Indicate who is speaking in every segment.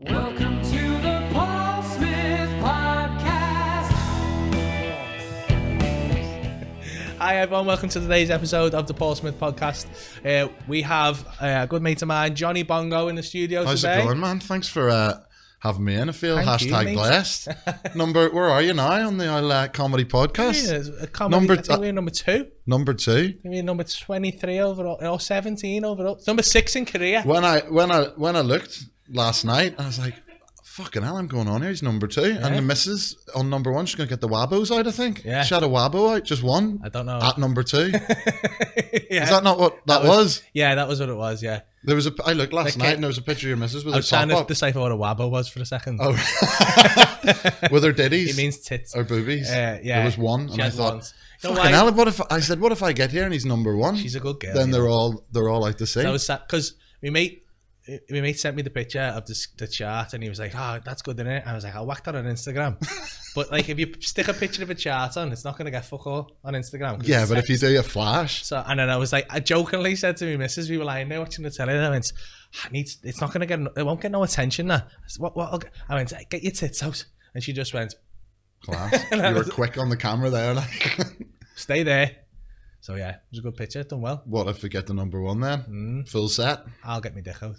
Speaker 1: Welcome to the Paul Smith Podcast.
Speaker 2: Hi everyone, welcome to today's episode of the Paul Smith Podcast. Uh, we have uh, a good mate of mine, Johnny Bongo, in the studio
Speaker 3: How's
Speaker 2: today.
Speaker 3: it going, man? Thanks for uh, having me in. I feel
Speaker 2: Thank you,
Speaker 3: hashtag
Speaker 2: mate.
Speaker 3: blessed. number, where are you now on the old, uh, comedy podcast?
Speaker 2: Yeah, it's a comedy-
Speaker 3: Number
Speaker 2: I think
Speaker 3: t-
Speaker 2: we're number two.
Speaker 3: Number two.
Speaker 2: I think we're number twenty-three overall, or seventeen overall. Number six in Korea.
Speaker 3: When I when I when I looked last night, I was like, "Fucking hell, I'm going on here." He's number two, and the missus on number one. She's gonna get the wabos out. I think.
Speaker 2: Yeah.
Speaker 3: She had a wabo out, just one
Speaker 2: I don't know.
Speaker 3: at number two.
Speaker 2: yeah.
Speaker 3: Uh, Is that not what that, was?
Speaker 2: yeah, that was what it was. Yeah,
Speaker 3: There was a. I looked last
Speaker 2: Okay.
Speaker 3: night, and there was a picture of your missus with
Speaker 2: I
Speaker 3: her
Speaker 2: was trying
Speaker 3: top
Speaker 2: to
Speaker 3: up.
Speaker 2: decipher what a wabo was for a second.
Speaker 3: Oh. with her ditties.
Speaker 2: It means tits.
Speaker 3: or boobies.
Speaker 2: Uh, yeah,
Speaker 3: Oh, There was one,
Speaker 2: She
Speaker 3: and I
Speaker 2: had
Speaker 3: thought,
Speaker 2: ones. You know
Speaker 3: fucking
Speaker 2: why?
Speaker 3: hell, what if I said, what if I get here and he's number one?
Speaker 2: She's a good girl.
Speaker 3: then
Speaker 2: you
Speaker 3: they're
Speaker 2: know.
Speaker 3: all they're all out the same.
Speaker 2: That was sad because we mate. My mate sent me the picture of this, the chart and he was like, Oh, that's good, is I was like, I whacked that on Instagram. but, like, if you stick a picture of a chart on, it's not going to get fuck all on Instagram. 'cause
Speaker 3: yeah,
Speaker 2: it's
Speaker 3: but if
Speaker 2: text.
Speaker 3: you do a flash,
Speaker 2: So, and then I was like, I jokingly said to me, Mrs., we were lying there watching the telly and I went, I need, it's not going to get, no- it won't get no attention now. I, said, what, what, I'll get-" I went, Get your tits out. And she just went,
Speaker 3: class. you were quick on the camera there. Like,
Speaker 2: Stay there. So, yeah, it was a good picture. Done well.
Speaker 3: what if we get the number one then?
Speaker 2: Mm,
Speaker 3: Full set.
Speaker 2: I'll get my dick out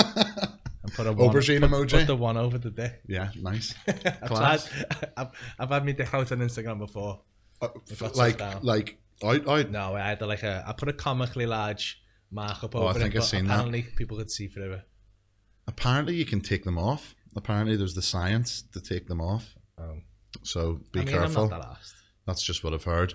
Speaker 2: and put a one,
Speaker 3: Aubergine
Speaker 2: put
Speaker 3: emoji.
Speaker 2: the one over the dick.
Speaker 3: yeah, nice.
Speaker 2: I've, tried,
Speaker 3: Class.
Speaker 2: I've, I've had me dick out on Instagram before.
Speaker 3: Uh,
Speaker 2: We've got
Speaker 3: like
Speaker 2: stuff down.
Speaker 3: like out out.
Speaker 2: No, I had like a I put a comically large markup
Speaker 3: Oh, I
Speaker 2: over
Speaker 3: think
Speaker 2: it,
Speaker 3: I've
Speaker 2: but
Speaker 3: seen that.
Speaker 2: apparently people could see through it.
Speaker 3: Apparently, you can take them off. Apparently, there's the science to take them off.
Speaker 2: Um,
Speaker 3: So be
Speaker 2: I mean,
Speaker 3: careful.
Speaker 2: I'm not that arsed.
Speaker 3: That's just what I've heard.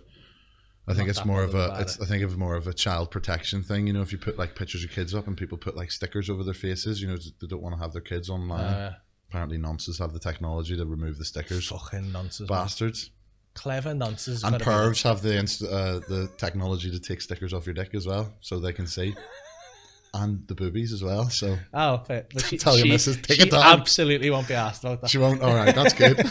Speaker 3: I think it's
Speaker 2: that
Speaker 3: more of
Speaker 2: bothered
Speaker 3: a.
Speaker 2: about
Speaker 3: It's,
Speaker 2: it.
Speaker 3: I think it's more of a child protection thing. You know, if you put like pictures of kids up and people put like stickers over their faces, you know, they don't want to have their kids online.
Speaker 2: Uh,
Speaker 3: Apparently, nonces have the technology to remove the stickers.
Speaker 2: fucking nonsense.
Speaker 3: Bastards
Speaker 2: Clever nonsense. has
Speaker 3: and
Speaker 2: gotta be the-
Speaker 3: pervs have the inst- uh, the technology to take stickers off your dick as well, so they can see, and the boobies as well. So
Speaker 2: Oh, fair. But she,
Speaker 3: Tell your
Speaker 2: she,
Speaker 3: missus, take
Speaker 2: she
Speaker 3: it down.
Speaker 2: absolutely won't be asked about
Speaker 3: she won't. All right, that's good.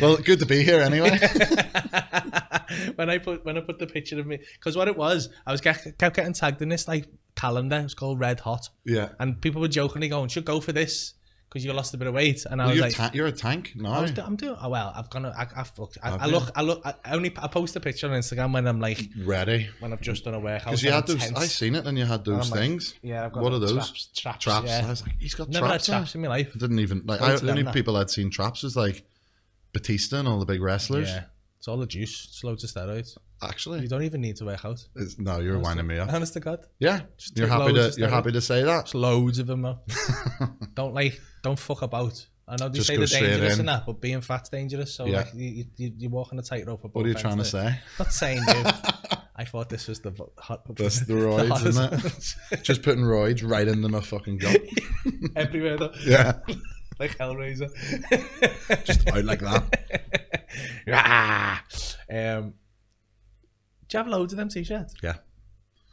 Speaker 3: well, good to be here anyway.
Speaker 2: that. when I put when I put the picture of me, because what it was, I was get, kept getting tagged in this like calendar. It was called Red Hot,
Speaker 3: Yeah.
Speaker 2: and people were jokingly going, "Should go for this." Because you lost a bit of weight, and I
Speaker 3: Well,
Speaker 2: was
Speaker 3: you're,
Speaker 2: like,
Speaker 3: ta- you're a tank now.
Speaker 2: I was do- I'm doing oh, well. I've gone. I, I, fucked, I,
Speaker 3: Have
Speaker 2: I
Speaker 3: you?
Speaker 2: look. I look. I only. I post a picture on Instagram when I'm like
Speaker 3: Ready.
Speaker 2: when I've just done a workout.
Speaker 3: Because you
Speaker 2: and
Speaker 3: had
Speaker 2: I'm
Speaker 3: those, I
Speaker 2: tense.
Speaker 3: seen it, and you had those
Speaker 2: I'm like,
Speaker 3: things,
Speaker 2: yeah, I've got
Speaker 3: what are those?
Speaker 2: Traps. Traps.
Speaker 3: traps.
Speaker 2: yeah.
Speaker 3: I was like, he's got
Speaker 2: Never had
Speaker 3: traps. on.
Speaker 2: traps in my life.
Speaker 3: I didn't even like.
Speaker 2: Wait
Speaker 3: I,
Speaker 2: till
Speaker 3: the only
Speaker 2: then, that.
Speaker 3: people I'd seen traps was like Batista and all the big wrestlers.
Speaker 2: Yeah, it's all the juice. It's loads of steroids. You
Speaker 3: Actually,
Speaker 2: don't even need to work out.
Speaker 3: it's, no, you're winding me up.
Speaker 2: Honest to God,
Speaker 3: Yeah, you're
Speaker 2: take
Speaker 3: happy to
Speaker 2: loads of
Speaker 3: you're happy to say that.
Speaker 2: it's loads of them. though. don't like. Don't fuck about. I know they
Speaker 3: Just
Speaker 2: say
Speaker 3: go
Speaker 2: they're
Speaker 3: straight
Speaker 2: dangerous
Speaker 3: in.
Speaker 2: and that, but being fat's dangerous. So
Speaker 3: Yeah.
Speaker 2: like, you, you, you walk on a tightrope. of
Speaker 3: What are you
Speaker 2: both
Speaker 3: trying to
Speaker 2: ends,
Speaker 3: say?
Speaker 2: innit? Not saying, dude. I thought this was the vo- hot.
Speaker 3: That's the roids, isn't
Speaker 2: hottest-
Speaker 3: it? Just putting roids right into my fucking gut.
Speaker 2: everywhere though,
Speaker 3: Yeah,
Speaker 2: like Hellraiser.
Speaker 3: just out like that.
Speaker 2: Rah! um, do you have loads of them t-shirts?
Speaker 3: Yeah.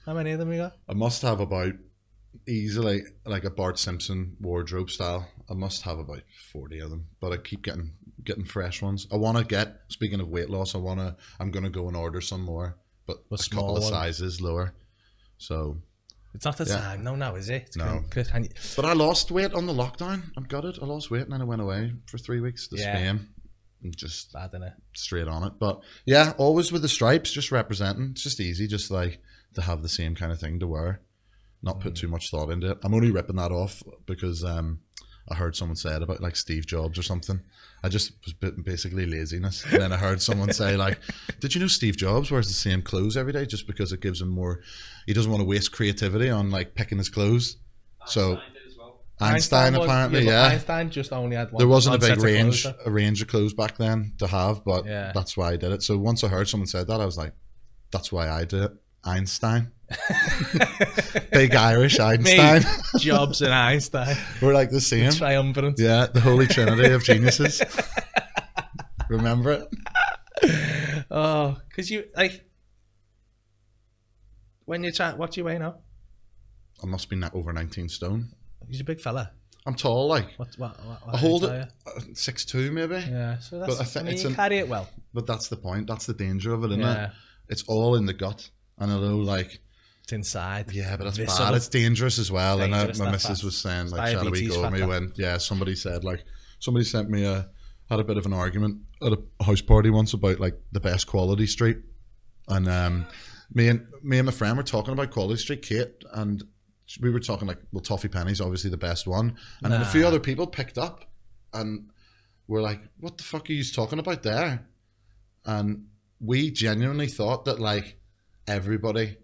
Speaker 2: How many of them you got?
Speaker 3: I must have about easily like a Bart Simpson wardrobe style. I must have about forty of them, but I keep getting getting fresh ones. I want to get. Speaking of weight loss, I want to. I'm gonna go and order some more, but
Speaker 2: But
Speaker 3: a couple
Speaker 2: small
Speaker 3: of
Speaker 2: ones.
Speaker 3: sizes lower. So,
Speaker 2: It's not the
Speaker 3: Yeah.
Speaker 2: time. No, now is it? It's
Speaker 3: No.
Speaker 2: been Chris, and you-
Speaker 3: but I lost weight on the lockdown. I'm gutted. I lost weight and then I went away for three weeks to
Speaker 2: Yeah.
Speaker 3: Spain. And just
Speaker 2: I don't know.
Speaker 3: straight on it. But yeah, always with the stripes, just representing. It's just easy, just like to have the same kind of thing to wear. Not put too much thought into it. I'm only ripping that off because um, I heard someone say it about like Steve Jobs or something. I just was bit- basically laziness. And then I heard someone say like, "Did you know Steve Jobs wears the same clothes every day just because it gives him more? He doesn't want to waste creativity on like picking his clothes." So Einstein,
Speaker 2: was-
Speaker 3: apparently,
Speaker 2: but
Speaker 3: yeah.
Speaker 2: Einstein just only had one.
Speaker 3: There wasn't a
Speaker 2: one set
Speaker 3: big
Speaker 2: of
Speaker 3: range
Speaker 2: clothes,
Speaker 3: a range of clothes back then to have, but
Speaker 2: Yeah.
Speaker 3: that's why I did it. So once I heard someone said that, I was like, "That's why I did it." Einstein, big Irish
Speaker 2: Me,
Speaker 3: Einstein.
Speaker 2: Jobs and Einstein,
Speaker 3: We're like the same.
Speaker 2: triumvirate.
Speaker 3: Yeah, the holy trinity of geniuses. Remember it?
Speaker 2: Oh, because you like when you're trying. What do you weigh now?
Speaker 3: I must be na- over nineteen stone.
Speaker 2: He's a big fella.
Speaker 3: I'm tall, like
Speaker 2: What? What? what, what
Speaker 3: I hold
Speaker 2: age
Speaker 3: it uh,
Speaker 2: are
Speaker 3: six two maybe.
Speaker 2: you? Yeah. So that's.
Speaker 3: I
Speaker 2: I,
Speaker 3: think
Speaker 2: mean,
Speaker 3: it's
Speaker 2: you
Speaker 3: an-
Speaker 2: carry it well.
Speaker 3: But that's the point. That's the danger of it, isn't it?
Speaker 2: Yeah.
Speaker 3: it's all in the gut. And I know, like,
Speaker 2: It's inside.
Speaker 3: Yeah, but that's
Speaker 2: Visceral.
Speaker 3: bad. It's dangerous as well.
Speaker 2: Dangerous,
Speaker 3: and I, my
Speaker 2: that
Speaker 3: missus
Speaker 2: fat.
Speaker 3: was saying like,
Speaker 2: It's
Speaker 3: "Shall we
Speaker 2: diabetes,
Speaker 3: go?"
Speaker 2: fat
Speaker 3: And we
Speaker 2: fat.
Speaker 3: went, "Yeah." Somebody said like, somebody sent me a had a bit of an argument at a house party once about like the best quality street, and um, me and me and my friend were talking about quality street, Kate, and we were talking like, well, Toffee Penny's obviously the best one, and then a few
Speaker 2: Nah.
Speaker 3: other people picked up, and were like, "What the fuck are you talking about there?" And we genuinely thought that like everybody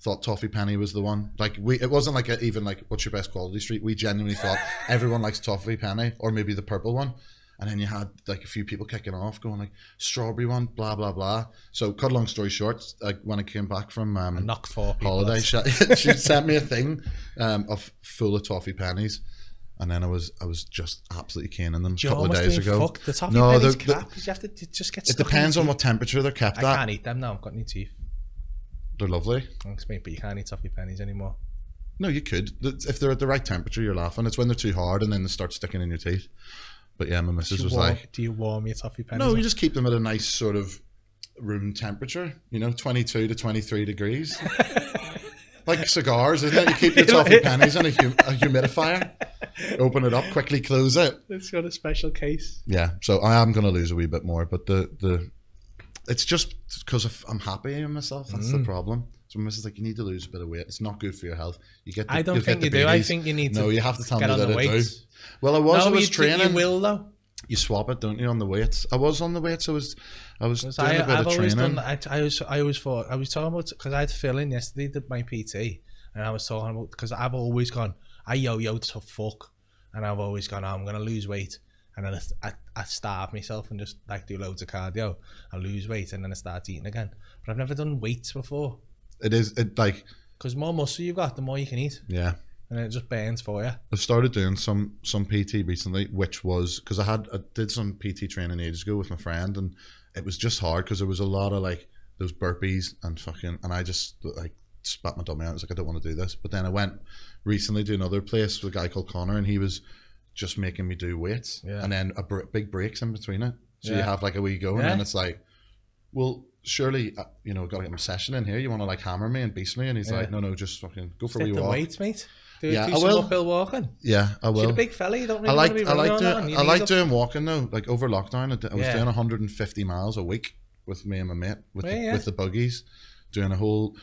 Speaker 3: thought Toffee Penny was the one. Like we, it wasn't like a, even like what's your best quality street. We genuinely thought everyone likes Toffee Penny or maybe the purple one. And then you had like a few people kicking off, going like strawberry one, blah blah blah. So cut a long story short, like when I came back from um,
Speaker 2: I knocked four people.
Speaker 3: holiday.
Speaker 2: off.
Speaker 3: She, she sent me a thing um, of full of toffee pennies, and then I was I was just absolutely canning them
Speaker 2: Do you
Speaker 3: a couple of
Speaker 2: almost
Speaker 3: days
Speaker 2: mean
Speaker 3: ago.
Speaker 2: fuck the toffee
Speaker 3: No,
Speaker 2: no,
Speaker 3: the-
Speaker 2: pennies
Speaker 3: the-
Speaker 2: crap? 'Cause you have to it just get
Speaker 3: It
Speaker 2: stuck
Speaker 3: depends
Speaker 2: in
Speaker 3: on
Speaker 2: your
Speaker 3: what temperature they're kept
Speaker 2: teeth. I
Speaker 3: at.
Speaker 2: can't eat them now. I've got new teeth.
Speaker 3: They're lovely.
Speaker 2: Thanks, mate, but you can't eat toffee pennies anymore.
Speaker 3: No, you could That's- if they're at the right temperature. You're laughing. It's when they're too hard and then they start sticking in your teeth. But yeah, my missus
Speaker 2: Do you
Speaker 3: was
Speaker 2: warm-
Speaker 3: like,
Speaker 2: do you warm your toffee pennies?
Speaker 3: "No,
Speaker 2: up?
Speaker 3: you just keep them at a nice sort of room temperature. You know, 22 to 23 degrees." Like cigars, isn't it? You keep your toffee pennies in a, hum- a humidifier, open it up, quickly close it.
Speaker 2: It's got a special case.
Speaker 3: yeah so i am going to lose a wee bit more but the the it's just because i'm happy in myself that's
Speaker 2: Mm.
Speaker 3: the problem so my missus like you need to lose a bit of weight it's not good for your health you get the,
Speaker 2: I don't
Speaker 3: you'll get
Speaker 2: think you
Speaker 3: the
Speaker 2: do. I
Speaker 3: babies.
Speaker 2: think you need
Speaker 3: no
Speaker 2: to
Speaker 3: you have to tell me
Speaker 2: get on
Speaker 3: that
Speaker 2: the
Speaker 3: i do
Speaker 2: weights.
Speaker 3: well i was i
Speaker 2: no,
Speaker 3: was
Speaker 2: you,
Speaker 3: training
Speaker 2: you
Speaker 3: you,
Speaker 2: will though.
Speaker 3: swap it don't you on the weights i was on the weights i was i was doing
Speaker 2: I,
Speaker 3: a bit
Speaker 2: I've
Speaker 3: of
Speaker 2: always
Speaker 3: training
Speaker 2: done. I, I always, I always thought I was talking about because I had Phil in yesterday, did my PT, and I was talking about because I've always gone, I yo-yo to fuck, and I've always gone, oh, I'm gonna lose weight, and then I, I, I starve myself and just like do loads of cardio, I lose weight, and then I start eating again. But I've never done weights before
Speaker 3: it is it like
Speaker 2: because more muscle you've got, the more you can eat,
Speaker 3: yeah
Speaker 2: and it just burns for you.
Speaker 3: I've started doing some some PT recently, which was because I had I did some PT training ages ago with my friend, and it was just hard because there was a lot of like those burpees and fucking, and I just like spat my dummy out. I was like, I don't want to do this. But then I went recently to another place with a guy called Connor, and he was just making me do weights,
Speaker 2: Yeah.
Speaker 3: and then a br- big breaks in between it. So you
Speaker 2: Yeah.
Speaker 3: have like a wee go, and
Speaker 2: Yeah.
Speaker 3: then it's like, well. Surely, uh, you know, got to get my session in here. You want to like hammer me and beast me, and he's
Speaker 2: Yeah.
Speaker 3: like, "No, no, just fucking go for a wee
Speaker 2: Get the
Speaker 3: walk."
Speaker 2: weights, mate. Do,
Speaker 3: Yeah,
Speaker 2: do
Speaker 3: I
Speaker 2: some
Speaker 3: will.
Speaker 2: uphill walking.
Speaker 3: Yeah, I
Speaker 2: You're
Speaker 3: will.
Speaker 2: a big fella. You don't really
Speaker 3: I
Speaker 2: want to
Speaker 3: like
Speaker 2: be
Speaker 3: I
Speaker 2: running
Speaker 3: like
Speaker 2: all on.
Speaker 3: doing
Speaker 2: You
Speaker 3: I
Speaker 2: need
Speaker 3: like
Speaker 2: a-
Speaker 3: doing walking though. Like over lockdown, I, did- I was
Speaker 2: Yeah.
Speaker 3: doing 150 miles a week with me and my mate with
Speaker 2: Yeah,
Speaker 3: the,
Speaker 2: yeah.
Speaker 3: with the buggies, doing a whole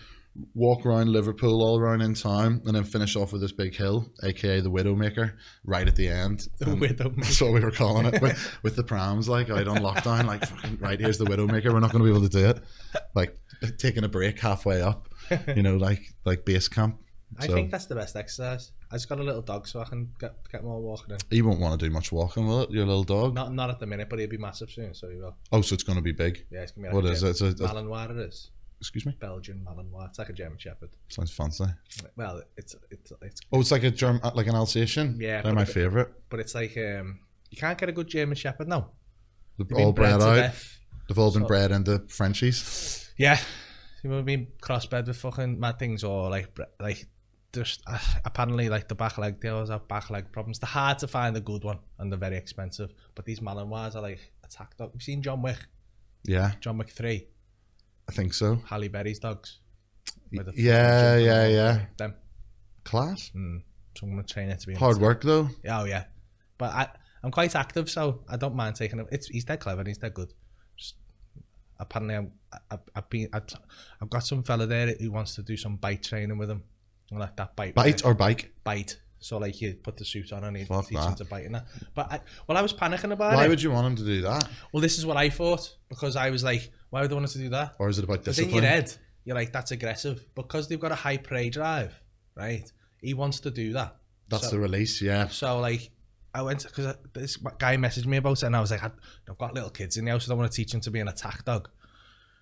Speaker 3: walk around Liverpool all around in time, and then finish off with this big hill, aka the Widowmaker, right at the end.
Speaker 2: The
Speaker 3: And
Speaker 2: widow.
Speaker 3: That's what we were calling it with, with the prams, like out on lockdown, like fucking right here's the Widowmaker. We're not going to be able to do it. Like taking a break halfway up, you know, like like base camp.
Speaker 2: I
Speaker 3: So-
Speaker 2: think that's the best exercise. I just got a little dog, so I can get get more walking in.
Speaker 3: You won't want to do much walking, will it? Your little dog.
Speaker 2: Not not at the minute, but he'll be massive soon, so he will.
Speaker 3: Oh, so it's going to be big.
Speaker 2: Yeah, it's gonna be. Like
Speaker 3: What is it? It's a- a-
Speaker 2: Malinois it is.
Speaker 3: excuse me.
Speaker 2: Belgian Malinois. It's like a German Shepherd.
Speaker 3: Sounds fancy.
Speaker 2: Well, it's it's it's,
Speaker 3: Oh, it's like a germ, like an Alsatian.
Speaker 2: Yeah,
Speaker 3: they're
Speaker 2: but
Speaker 3: my
Speaker 2: a bit-
Speaker 3: favorite.
Speaker 2: but it's like um, you can't get a good German Shepherd now. They've
Speaker 3: They've
Speaker 2: been
Speaker 3: all bred
Speaker 2: to
Speaker 3: out.
Speaker 2: death.
Speaker 3: They've all been
Speaker 2: So-
Speaker 3: bred into Frenchies.
Speaker 2: Yeah, you know, being crossbred with fucking mad things or like bre- like just uh, apparently like the back leg. They always have back leg problems. They're hard to find a good one, and they're very expensive. But these Malinois are like attacked up. You've seen John Wick,
Speaker 3: Yeah,
Speaker 2: John Wick three.
Speaker 3: I think so.
Speaker 2: Halle Berry's dogs. Where the
Speaker 3: Yeah,
Speaker 2: fucking-
Speaker 3: yeah, yeah.
Speaker 2: Them.
Speaker 3: Class.
Speaker 2: Mm. So I'm gonna train it to be
Speaker 3: Hard work though.
Speaker 2: Oh yeah, but I I'm quite active, so I don't mind taking him. It's he's dead clever and he's dead good. Just, apparently I'm, I, I've been I've, I've got some fella there who wants to do some bite training with him. And like that bite
Speaker 3: Bite or bike?
Speaker 2: bite. So like you put the suit on and he
Speaker 3: Fuck
Speaker 2: teach him
Speaker 3: that.
Speaker 2: to bite and that. But I, well, I was panicking about
Speaker 3: Why
Speaker 2: it.
Speaker 3: would you want him to do that?
Speaker 2: well, this is what I thought because I was like, why would I want us to do that?
Speaker 3: Or is it about
Speaker 2: Because in your
Speaker 3: discipline?
Speaker 2: head, you're like, that's aggressive. Because they've got a high prey drive, right? He wants to do that.
Speaker 3: That's
Speaker 2: so,
Speaker 3: the release. Yeah.
Speaker 2: So, like, I went, because this guy messaged me about it, and I was like, I- I've got little kids in the house, I don't want to teach them to be an attack dog.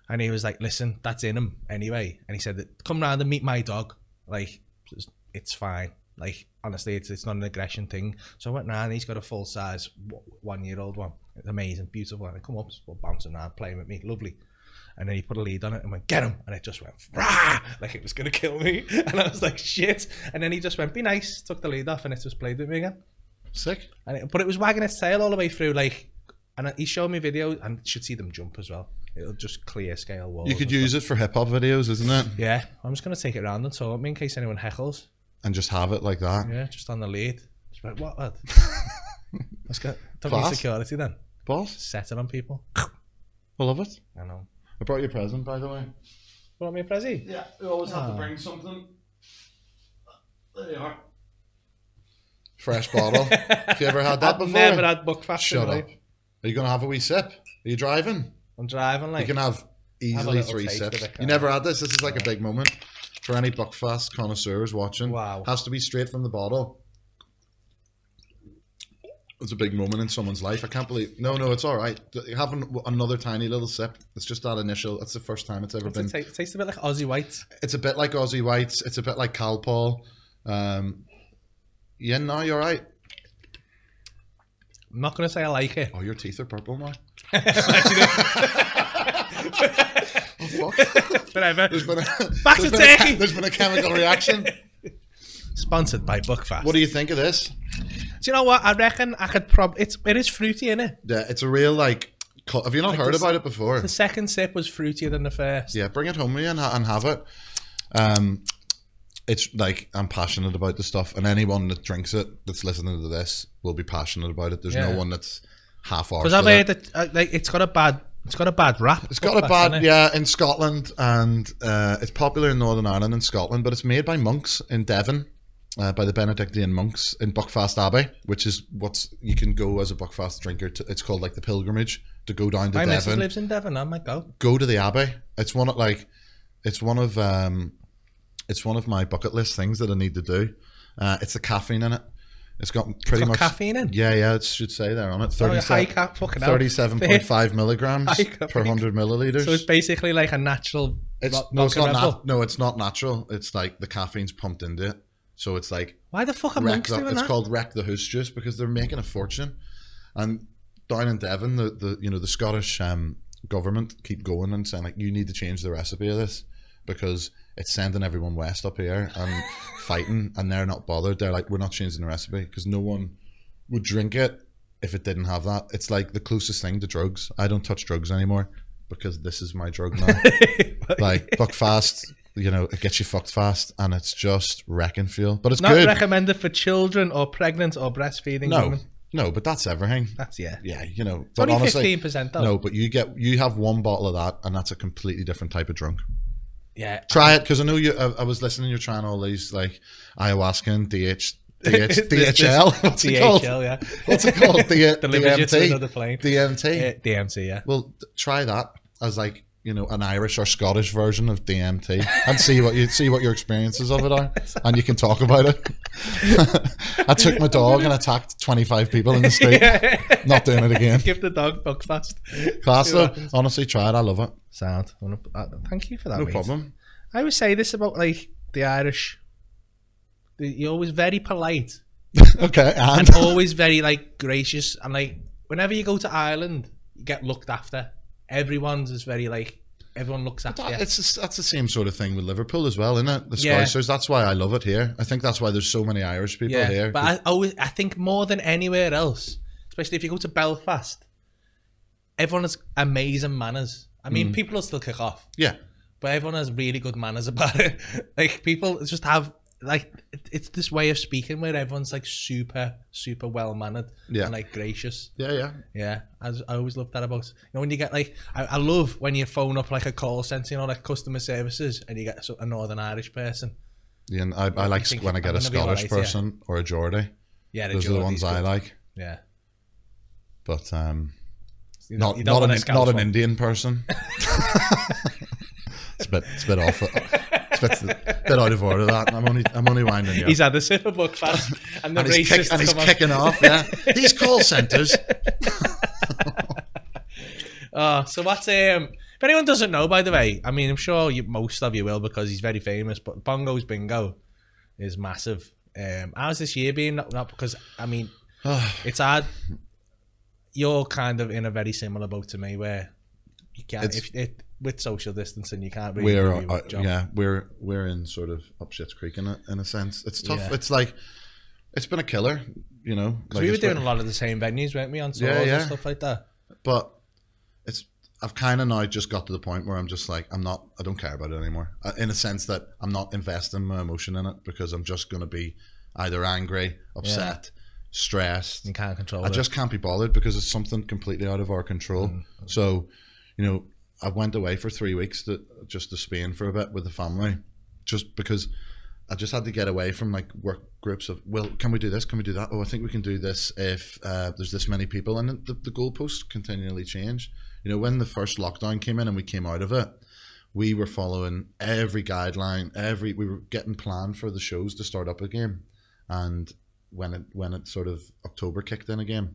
Speaker 2: And he was like, listen, that's in him anyway. And he said, come round and meet my dog. Like, it's- it's fine. Like, honestly, it's, it's not an aggression thing. So I went round, and he's got a full size one year old one. It's amazing, beautiful. And I come up, it's all bouncing around, playing with me, lovely. And then he put a lead on it and went, get him. And it just went, rah, like it was going to kill me. And I was like, shit. And then he just went, be nice, took the lead off, and it just played with me again.
Speaker 3: Sick.
Speaker 2: And it, but it was wagging its tail all the way through, like, and he showed me videos, and you should see them jump as well. It'll just clear scale walls.
Speaker 3: You could
Speaker 2: and
Speaker 3: use it for hip hop videos, isn't it?
Speaker 2: stuff. Yeah, I'm just gonna take it around and tour me in case anyone heckles.
Speaker 3: And just have it like that.
Speaker 2: Yeah, just on the lead. Just like what? lad? Let's go. Don't need
Speaker 3: Class.
Speaker 2: security then.
Speaker 3: Boss,
Speaker 2: Set it on people.
Speaker 3: I love it.
Speaker 2: I know.
Speaker 3: I brought you a present, by the way.
Speaker 2: Want me a prezi?
Speaker 3: Yeah, we always have
Speaker 2: Ah.
Speaker 3: to bring something. There you are. Fresh bottle. have you ever had that
Speaker 2: I've
Speaker 3: before?
Speaker 2: never had book fast.
Speaker 3: Shut up. Are you going to have a wee sip? Are you driving?
Speaker 2: I'm driving like
Speaker 3: You can have
Speaker 2: little
Speaker 3: easily three
Speaker 2: taste of
Speaker 3: sips.
Speaker 2: it,
Speaker 3: You
Speaker 2: Carl.
Speaker 3: never had this. This is like a big moment for any Buckfast connoisseurs watching.
Speaker 2: Wow.
Speaker 3: Has to be straight from the bottle. It's a big moment in someone's life. I can't believe. No, no, it's all right. D- Have an, another tiny little sip. It's just that initial. That's the first time it's ever
Speaker 2: Does
Speaker 3: been.
Speaker 2: it ta- tastes a bit like Aussie whites.
Speaker 3: it's a bit like Aussie Whites. It's a bit like Cal Paul. Um, yeah, no, you're right.
Speaker 2: I'm not gonna say I like it.
Speaker 3: Oh, your teeth are purple now.
Speaker 2: Oh, Whatever.
Speaker 3: There's been a,
Speaker 2: Back
Speaker 3: there's
Speaker 2: to
Speaker 3: been a
Speaker 2: turkey.
Speaker 3: che- there's been a chemical reaction.
Speaker 2: Sponsored by Buckfast.
Speaker 3: What do you think of this?
Speaker 2: Do you know what? I reckon I could probably. It's it is fruity in it.
Speaker 3: Yeah, it's a real like. cu- Have you not heard
Speaker 2: this-
Speaker 3: about it before?
Speaker 2: The second sip was fruitier than the first.
Speaker 3: Yeah, bring it home with you and, ha- and have it. Um, it's like I'm passionate about the stuff, and anyone that drinks it, that's listening to this, will be passionate about it. There's
Speaker 2: Yeah.
Speaker 3: no one that's half
Speaker 2: Because
Speaker 3: arsed.
Speaker 2: I've
Speaker 3: with
Speaker 2: heard
Speaker 3: it.
Speaker 2: that uh, like it's got a bad it's got a bad rap.
Speaker 3: It's got a bad yeah in Scotland, and uh, it's popular in Northern Ireland and Scotland, but it's made by monks in Devon. Uh, by the Benedictine monks in Buckfast Abbey, which is what's you can go as a Buckfast drinker. To, it's called like the pilgrimage to go down to
Speaker 2: My missus
Speaker 3: Devon.
Speaker 2: lives in Devon. Oh I might go.
Speaker 3: go to the abbey. It's one of like, it's one of um, it's one of my bucket list things that I need to do. Uh, it's the caffeine in it. It's got pretty
Speaker 2: Got
Speaker 3: much
Speaker 2: caffeine in.
Speaker 3: Yeah, yeah, it should say there on it.
Speaker 2: Oh, yeah, high
Speaker 3: 37
Speaker 2: cap. Fucking hell.
Speaker 3: 37.5 milligrams
Speaker 2: High caffeine.
Speaker 3: per hundred milliliters.
Speaker 2: So it's basically like a natural.
Speaker 3: It's
Speaker 2: ro-
Speaker 3: no, it's
Speaker 2: vodka
Speaker 3: not
Speaker 2: Red
Speaker 3: nat-
Speaker 2: Bull.
Speaker 3: no, it's not natural. It's like the caffeine's pumped into it, so it's like
Speaker 2: Why the fuck are
Speaker 3: wreck.
Speaker 2: monks
Speaker 3: The,
Speaker 2: doing
Speaker 3: it's
Speaker 2: that?
Speaker 3: called wreck the hoose juice because they're making a fortune, and down in Devon, the, the you know the Scottish um, government keep going and saying like you need to change the recipe of this because it's sending everyone west up here and fighting, and they're not bothered. They're like we're not changing the recipe because no one would drink it if it didn't have that. It's like the closest thing to drugs. I don't touch drugs anymore because this is my drug now like buck fast you know it gets you fucked fast and it's just wrecking fuel but it's
Speaker 2: Not
Speaker 3: good
Speaker 2: recommended for children or pregnant or breastfeeding
Speaker 3: no
Speaker 2: women.
Speaker 3: no but that's everything
Speaker 2: That's yeah.
Speaker 3: yeah you know
Speaker 2: It's
Speaker 3: but
Speaker 2: only
Speaker 3: honestly
Speaker 2: fifteen percent though.
Speaker 3: no but you get you have one bottle of that and that's a completely different type of drunk
Speaker 2: Yeah.
Speaker 3: try it because i know you I, I was listening you're trying all these like ayahuasca and dh
Speaker 2: This-
Speaker 3: DH,
Speaker 2: this-
Speaker 3: DHL, what's it called?
Speaker 2: DHL, yeah.
Speaker 3: What's it called? D-
Speaker 2: Delivered you to another
Speaker 3: DMT.
Speaker 2: plane. Uh,
Speaker 3: DMT.
Speaker 2: Yeah, DMT, yeah.
Speaker 3: Well, t- try that as like you know an Irish or Scottish version of DMT, and see what you see what your experiences of it are, and you can talk about it. I took my dog and attacked twenty five people in the street. Not doing it again.
Speaker 2: Give the dog bug fast.
Speaker 3: Class
Speaker 2: See what
Speaker 3: though,
Speaker 2: happens.
Speaker 3: honestly, try it. I love it.
Speaker 2: Sound. I'm gonna- uh, Thank you for that.
Speaker 3: No
Speaker 2: mate.
Speaker 3: problem.
Speaker 2: I would say this about like the Irish. The- You're always very polite
Speaker 3: Okay, and
Speaker 2: and always very like gracious and like whenever you go to Ireland, you get looked after. Everyone's is very like everyone looks after you.
Speaker 3: it's just, that's the same sort of thing with Liverpool as well, isn't it? The
Speaker 2: Yeah.
Speaker 3: Scousers. That's why I love it here. I think that's why there's so many Irish people
Speaker 2: yeah,
Speaker 3: here.
Speaker 2: but I always I think more than anywhere else, especially if you go to Belfast, everyone has amazing manners. I
Speaker 3: Mm.
Speaker 2: mean, people will still kick off,
Speaker 3: yeah,
Speaker 2: but everyone has really good manners about it. like people just have like it- it's this way of speaking where everyone's like super super well mannered
Speaker 3: Yeah.
Speaker 2: and like gracious.
Speaker 3: yeah, yeah.
Speaker 2: Yeah, I, was- I always love that about you know when you get like I, I love when you phone up like a call centre you know like customer services and you get so- a Northern Irish person.
Speaker 3: Yeah, and I, I like
Speaker 2: think
Speaker 3: when I
Speaker 2: I'm
Speaker 3: get a
Speaker 2: gonna be all
Speaker 3: Scottish
Speaker 2: right, yeah.
Speaker 3: person or a Geordie.
Speaker 2: Yeah,
Speaker 3: Those are the
Speaker 2: Geordies,
Speaker 3: ones I
Speaker 2: but-
Speaker 3: like.
Speaker 2: Yeah,
Speaker 3: But um,
Speaker 2: You don't-
Speaker 3: not
Speaker 2: you don't
Speaker 3: not
Speaker 2: want
Speaker 3: an,
Speaker 2: a
Speaker 3: not
Speaker 2: Scouse
Speaker 3: an
Speaker 2: one.
Speaker 3: Indian person. it's a bit it's a bit off. It's a bit, a bit out of order that. I'm only I'm only winding you. up.
Speaker 2: He's had a sip of book fast, and the
Speaker 3: and he's,
Speaker 2: racists
Speaker 3: kick, and he's
Speaker 2: come on.
Speaker 3: kicking off. Yeah, these call centers.
Speaker 2: Oh, so what's um? If anyone doesn't know, by the way, I mean, I'm sure you, most of you will because he's very famous. But Bongo's Bingo is massive. Um, how's this year been? Not, not because I mean,
Speaker 3: Ah,
Speaker 2: it's hard. You're kind of in a very similar boat to me, where you can't
Speaker 3: It's-
Speaker 2: if it with social distancing, you can't really.
Speaker 3: we're
Speaker 2: do your
Speaker 3: uh,
Speaker 2: job.
Speaker 3: yeah we're we're in sort of up shit's creek in a, in a sense. It's tough.
Speaker 2: Yeah.
Speaker 3: It's like it's been a killer. You know,
Speaker 2: 'Cause
Speaker 3: like
Speaker 2: we were
Speaker 3: it's been-
Speaker 2: doing a lot of the same venues, weren't we, on tours
Speaker 3: Yeah, yeah.
Speaker 2: and stuff like that?
Speaker 3: but it's I've kind of now just got to the point where I'm just like, I'm not, I don't care about it anymore. Uh, In a sense that I'm not investing my emotion in it because I'm just going to be either angry, upset, stressed.
Speaker 2: You can't control
Speaker 3: I
Speaker 2: it.
Speaker 3: just can't be bothered because it's something completely out of our control. So, you know, I went away for three weeks to just to Spain for a bit with the family, just because I just had to get away from like work groups of well, can we do this? Can we do that? Oh, I think we can do this if uh, there's this many people, and the, the goalposts continually change. You know, when the first lockdown came in and we came out of it, we were following every guideline. Every we were getting planned for the shows to start up again, and when it when it sort of October kicked in again,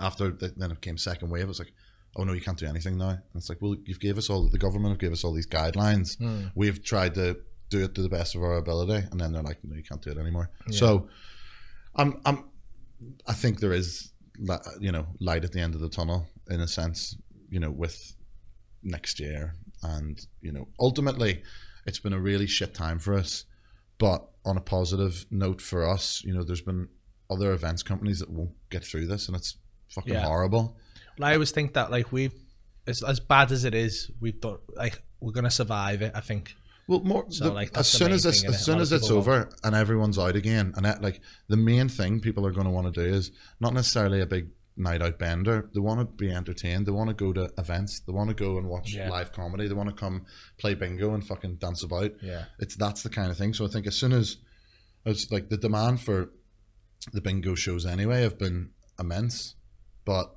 Speaker 3: after the, then it came second wave, it was like, oh no, you can't do anything now. And it's like, well, you've gave us all the government have gave us all these guidelines.
Speaker 2: Hmm.
Speaker 3: We've tried to do it to the best of our ability, and then they're like, no, you can't do it anymore. So, I'm I'm I think there is li- you know light at the end of the tunnel in a sense. You know, with next year, and you know, ultimately, it's been a really shit time for us but on a positive note for us, you know, there's been other events companies that won't get through this, and it's fucking
Speaker 2: Yeah.
Speaker 3: horrible.
Speaker 2: I always think that like we've as as bad as it is, we've done like we're gonna survive it. I think.
Speaker 3: Well, more
Speaker 2: So,
Speaker 3: the-
Speaker 2: like,
Speaker 3: as
Speaker 2: that's the
Speaker 3: soon
Speaker 2: main
Speaker 3: as this,
Speaker 2: thing, innit?
Speaker 3: as
Speaker 2: A
Speaker 3: soon
Speaker 2: lot
Speaker 3: as
Speaker 2: of
Speaker 3: it's
Speaker 2: people
Speaker 3: over and everyone's out again, and that, like the main thing people are going to want to do is not necessarily a big night out bender. They want to be entertained. They want to go to events. They want to go and watch
Speaker 2: Yeah.
Speaker 3: live comedy. They want to come play bingo and fucking dance about.
Speaker 2: Yeah.
Speaker 3: it's that's the kind of thing. So I think as soon as it's like the demand for the bingo shows anyway have been immense, but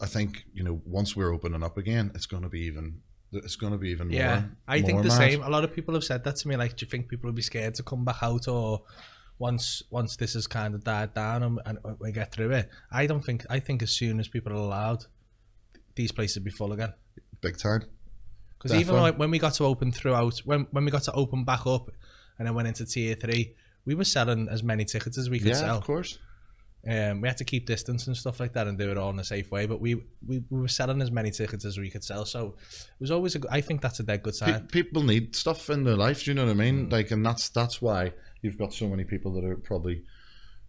Speaker 3: I think you know once we're opening up again, it's going to be even it's going to be even
Speaker 2: Yeah,
Speaker 3: more.
Speaker 2: I think
Speaker 3: more
Speaker 2: the
Speaker 3: mad.
Speaker 2: same. A lot of people have said that to me. Like, do you think people will be scared to come back out, or once once this has kind of died down and, and we get through it? I don't think. I think as soon as people are allowed, these places will be full again.
Speaker 3: big time.
Speaker 2: Because even
Speaker 3: Definitely.
Speaker 2: like when we got to open throughout, when when we got to open back up, and then went into tier three, we were selling as many tickets as we could
Speaker 3: Yeah,
Speaker 2: sell.
Speaker 3: of course.
Speaker 2: Um, we had to keep distance and stuff like that and do it all in a safe way. But we, we, we were selling as many tickets as we could sell, so it was always a. go- I think that's a dead good
Speaker 3: Pe-
Speaker 2: sign.
Speaker 3: people need stuff in their life. Do you know what I mean? Like, and that's that's why you've got so many people that are probably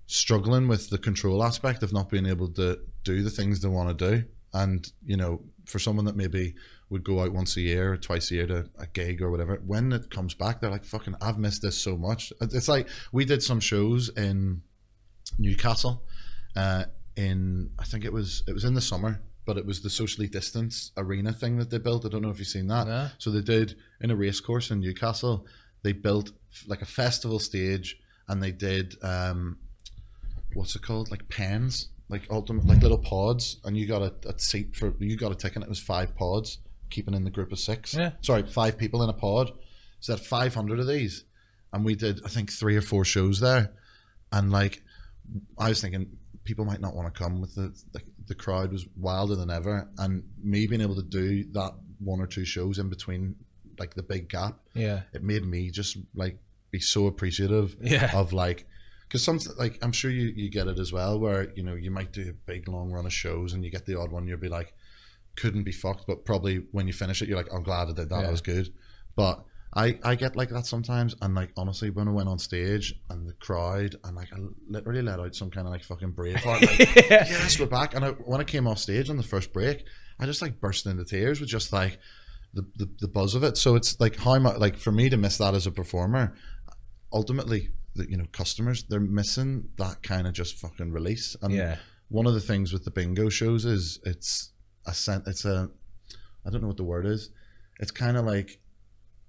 Speaker 3: struggling with the control aspect of not being able to do the things they want to do. And you know, for someone that maybe would go out once a year or twice a year to a gig or whatever, when it comes back, they're like, "Fucking, I've missed this so much." It's like we did some shows in Newcastle uh, in I think it was it was in the summer, but it was the socially distanced arena thing that they built. I don't know if you've seen that.
Speaker 2: No.
Speaker 3: So they did in a race course in Newcastle. They built f- like a festival stage, and they did um, what's it called like pens, like ultimate like little pods, and you got a, a seat for you got a ticket. and It was five pods, keeping in the group of six.
Speaker 2: Yeah.
Speaker 3: Sorry, five people in a pod. So they had five hundred of these, and we did I think three or four shows there, and like I was thinking people might not want to come with the like the crowd was wilder than ever, and me being able to do that one or two shows in between like the big gap,
Speaker 2: yeah,
Speaker 3: it made me just like be so appreciative
Speaker 2: Yeah.
Speaker 3: of like because some like I'm sure you you get it as well where you know you might do a big long run of shows and you get the odd one you'll be like couldn't be fucked, but probably when you finish it you're like I'm glad I did that,
Speaker 2: Yeah.
Speaker 3: that was good, but. I, I get like that sometimes and like honestly when I went on stage and the crowd and like I literally let out some kind of like fucking braveheart like yes, we're back. And I, when I came off stage on the first break, I just like burst into tears with just like the, the, the buzz of it. So it's like how much like for me to miss that as a performer, ultimately, the, you know, customers they're missing that kind of just fucking release. And
Speaker 2: Yeah.
Speaker 3: one of the things with the bingo shows is it's a sen- it's a I don't know what the word is. It's kind of like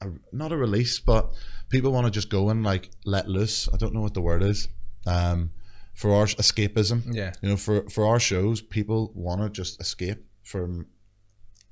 Speaker 3: a, not a release, but people want to just go and like let loose. I don't know what the word is. Um, for our escapism,
Speaker 2: yeah.
Speaker 3: you know, for for our shows, people want to just escape from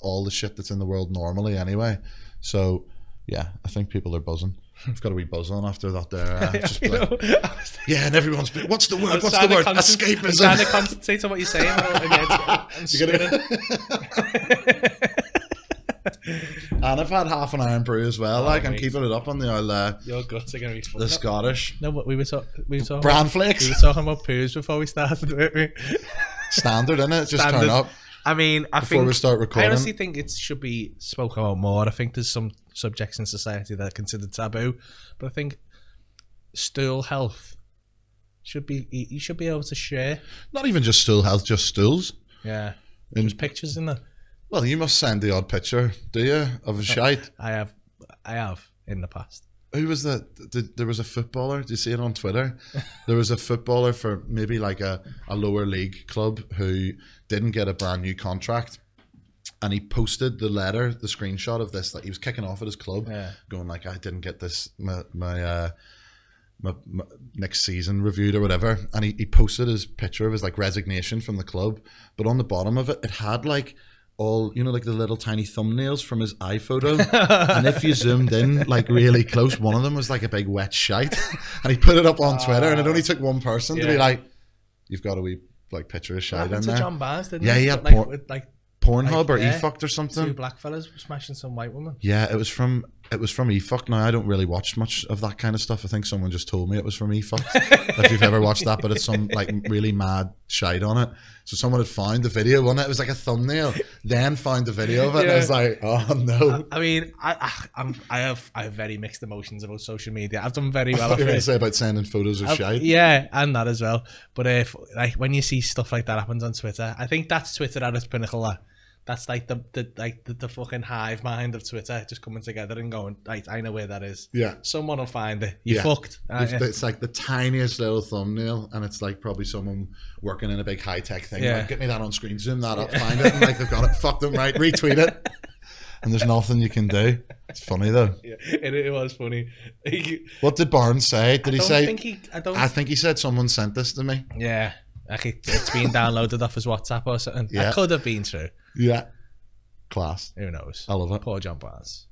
Speaker 3: all the shit that's in the world normally, anyway. So, yeah, I think people are buzzing. I've got a wee buzz on after that. There, uh, just
Speaker 2: You
Speaker 3: like,
Speaker 2: know, I was-
Speaker 3: yeah, and everyone's been, what's the
Speaker 2: I
Speaker 3: word?
Speaker 2: was
Speaker 3: What's the
Speaker 2: trying to
Speaker 3: word?
Speaker 2: concent- I was trying to
Speaker 3: Escapism.
Speaker 2: concentrate on what you're saying. but I'm I'm spinning.
Speaker 3: and I've had half an iron brew as well. like I'm
Speaker 2: mate.
Speaker 3: keeping it up on the old uh,
Speaker 2: Your guts are gonna be full.
Speaker 3: the Scottish
Speaker 2: No, but we were talking. We were talking.
Speaker 3: bran
Speaker 2: we
Speaker 3: flakes
Speaker 2: were talking about poos before we started. weren't we?
Speaker 3: standard, innit? Just turn
Speaker 2: Standard.
Speaker 3: up
Speaker 2: I mean, I
Speaker 3: before
Speaker 2: think
Speaker 3: we start
Speaker 2: I
Speaker 3: recording.
Speaker 2: honestly think it should be spoken about more. I think there's some subjects in society that are considered taboo, but I think stool health should be you you should be able to share.
Speaker 3: Not even just stool health, just stools.
Speaker 2: Yeah,
Speaker 3: And
Speaker 2: pictures in there.
Speaker 3: Well, you must send the odd picture, do you, of a shite?
Speaker 2: I have, I have in the past.
Speaker 3: Who was the? Did, there was a footballer. Did you see it on Twitter? There was a footballer for maybe like a, a lower league club who didn't get a brand new contract, and he posted the letter, the screenshot of this. Like he was kicking off at his club,
Speaker 2: Yeah.
Speaker 3: going like, "I didn't get this my my, uh, my my next season reviewed or whatever," and he, he posted his picture of his like resignation from the club. But on the bottom of it, it had like. All you know, like the little tiny thumbnails from his iPhoto, and if you zoomed in like really close, one of them was like a big wet shite, and he put it up on Twitter, and it only took one person to be
Speaker 2: Yeah.
Speaker 3: like, "You've got a wee like picture of shite in
Speaker 2: Happened to
Speaker 3: there."
Speaker 2: John Barnes, didn't
Speaker 3: Yeah,
Speaker 2: it?
Speaker 3: he had
Speaker 2: like,
Speaker 3: por-
Speaker 2: with, like
Speaker 3: Pornhub
Speaker 2: Like,
Speaker 3: or
Speaker 2: yeah.
Speaker 3: efucked or
Speaker 2: two
Speaker 3: something.
Speaker 2: black fellas smashing some white woman.
Speaker 3: Yeah, it was from it was from eFuck. Now I don't really watch much of that kind of stuff. I think someone just told me it was from eFuck. if you've ever watched that, but it's some like really mad shite on it. So someone had found the video on it. It was like a thumbnail, then found the video of it. And I was like, oh no.
Speaker 2: I mean, I, I, I'm, I have, I have very mixed emotions about social media. I've done very
Speaker 3: I
Speaker 2: well.
Speaker 3: thought you
Speaker 2: off
Speaker 3: were going
Speaker 2: it.
Speaker 3: to say about sending photos of
Speaker 2: I've-
Speaker 3: shite.
Speaker 2: Yeah, and that as well. But if like when you see stuff like that happens on Twitter, I think that's Twitter at its pinnacle. That. That's like the, the like the, the fucking hive mind of Twitter just coming together and going, right, I know where that is.
Speaker 3: Yeah.
Speaker 2: Someone will find it. You
Speaker 3: Yeah.
Speaker 2: fucked. Uh,
Speaker 3: If
Speaker 2: yeah.
Speaker 3: It's like the tiniest little thumbnail, and it's like probably someone working in a big high tech thing.
Speaker 2: Yeah.
Speaker 3: Like, get me that on screen, zoom that up, find it, and like they've got it, fuck them right, retweet it. And there's nothing you can do. It's funny though.
Speaker 2: Yeah, it, it was funny. He-
Speaker 3: What did Barnes say? Did
Speaker 2: I
Speaker 3: he
Speaker 2: don't
Speaker 3: say?
Speaker 2: think he. I don't.
Speaker 3: I think he said someone sent this to me.
Speaker 2: yeah, like it, it's been downloaded off his WhatsApp or something.
Speaker 3: Yeah.
Speaker 2: That could have been true.
Speaker 3: Yeah, class.
Speaker 2: Who knows?
Speaker 3: I love it.
Speaker 2: Poor John Barnes.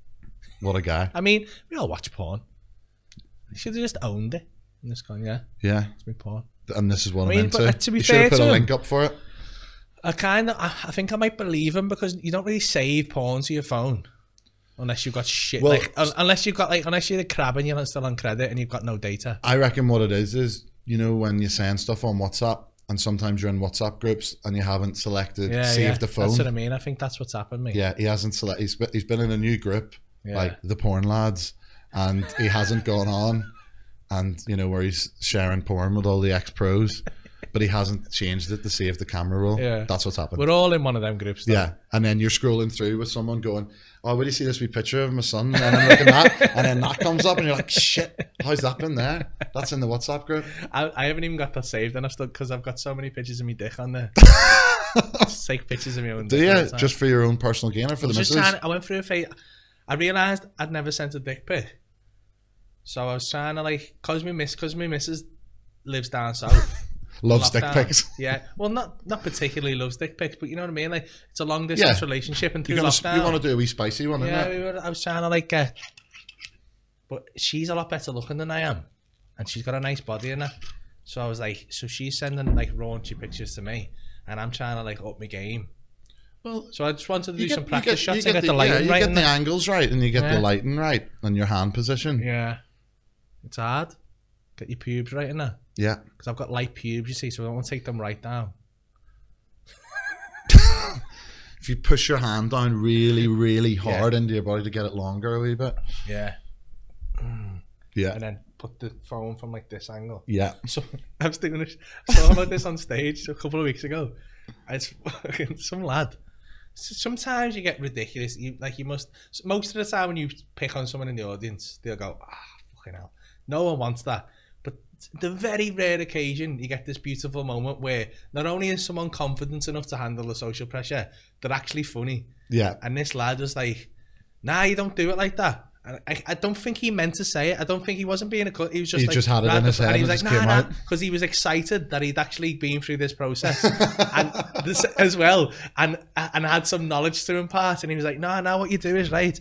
Speaker 3: What a guy.
Speaker 2: I mean, we all watch porn. He should have just owned it. And just gone, yeah,
Speaker 3: Yeah,
Speaker 2: it's me porn.
Speaker 3: and this is what
Speaker 2: I
Speaker 3: I'm
Speaker 2: mean,
Speaker 3: into.
Speaker 2: but uh, to be
Speaker 3: you should
Speaker 2: fair
Speaker 3: have put
Speaker 2: to
Speaker 3: a
Speaker 2: him-
Speaker 3: link up for it.
Speaker 2: I kind of, I, I think I might believe him because you don't really save porn to your phone unless you've got shit.
Speaker 3: Well-
Speaker 2: like un- unless you've got like unless you're the crab and you're still on credit and you've got no data.
Speaker 3: I reckon what it is is you know when you send stuff on WhatsApp, and sometimes you're in WhatsApp groups and you haven't selected
Speaker 2: Yeah,
Speaker 3: save
Speaker 2: yeah.
Speaker 3: the phone.
Speaker 2: That's what I mean. I think that's what's happened, mate.
Speaker 3: Yeah, he hasn't select. He's, be- he's been in a new group,
Speaker 2: Yeah.
Speaker 3: like the porn lads, and he hasn't gone on, and you know where he's sharing porn with all the ex pros, but he hasn't changed it to save the camera roll.
Speaker 2: Yeah.
Speaker 3: that's what's happened.
Speaker 2: We're all in one of them groups. Though.
Speaker 3: yeah, and then you're scrolling through with someone going, "Oh, will you see this wee picture of my son?" And then I'm looking at that, and then that comes up, and you're like, "Shit, how's that been there?" That's in the WhatsApp group.
Speaker 2: I, I haven't even got that saved, and I've still because I've got so many pictures of me dick on there. just take pictures of me own.
Speaker 3: Do
Speaker 2: dick all
Speaker 3: you
Speaker 2: the time.
Speaker 3: just for your own personal gain or for
Speaker 2: I
Speaker 3: the
Speaker 2: was just
Speaker 3: missus?
Speaker 2: trying. I went through a phase. I realised I'd never sent a dick pic, so I was trying to like cause me miss cause me missus lives down south.
Speaker 3: Loves dick
Speaker 2: lockdown.
Speaker 3: pics.
Speaker 2: Yeah. Well, not not particularly loves dick pics, but you know what I mean. Like it's a long distance
Speaker 3: Yeah.
Speaker 2: relationship, and
Speaker 3: You're
Speaker 2: through
Speaker 3: gonna,
Speaker 2: lockdown,
Speaker 3: you want to do a wee spicy one,
Speaker 2: yeah,
Speaker 3: innit?
Speaker 2: we were, I was trying to like, uh, but she's a lot better looking than I am, and she's got a nice body in her. So I was like, so she's sending like raunchy pictures to me, and I'm trying to like up my game.
Speaker 3: Well,
Speaker 2: So I just wanted to do
Speaker 3: you get-
Speaker 2: some
Speaker 3: you
Speaker 2: practice
Speaker 3: you
Speaker 2: shots and get the lighting
Speaker 3: yeah, you
Speaker 2: right.
Speaker 3: get
Speaker 2: and
Speaker 3: the
Speaker 2: that.
Speaker 3: angles right, and you get
Speaker 2: Yeah.
Speaker 3: the lighting right, and your hand position. Yeah,
Speaker 2: yeah, it's hard. Get your pubes right in there. because I've got light pubes, you see, so I don't want to take them right down.
Speaker 3: if you push your hand down really, really hard into your body to get it longer a wee bit.
Speaker 2: Yeah,
Speaker 3: Yeah,
Speaker 2: and then put the phone from like this angle.
Speaker 3: yeah.
Speaker 2: So I was doing this. I was talking about this on stage a couple of weeks ago. It's fucking some lad. S- Sometimes you get ridiculous. You like you must. s- Most of the time when you pick on someone in the audience, they'll go, "Ah, fucking hell." No one wants that. But the very rare occasion you get this beautiful moment where not only is someone confident enough to handle the social pressure, they're actually funny.
Speaker 3: Yeah,
Speaker 2: And this lad was like, "Nah, you don't do it like that." And I, I don't think he meant to say it. I don't think he wasn't being a cunt. He was just
Speaker 3: He
Speaker 2: like,
Speaker 3: just had it in
Speaker 2: "Nah,
Speaker 3: his
Speaker 2: the f-"
Speaker 3: head
Speaker 2: And he
Speaker 3: and
Speaker 2: was
Speaker 3: it
Speaker 2: like,
Speaker 3: just
Speaker 2: "Nah,
Speaker 3: came
Speaker 2: nah," because he was excited that he'd actually been through this process, and this as well, and and had some knowledge to impart. And he was like, "Nah, nah, what you do is right.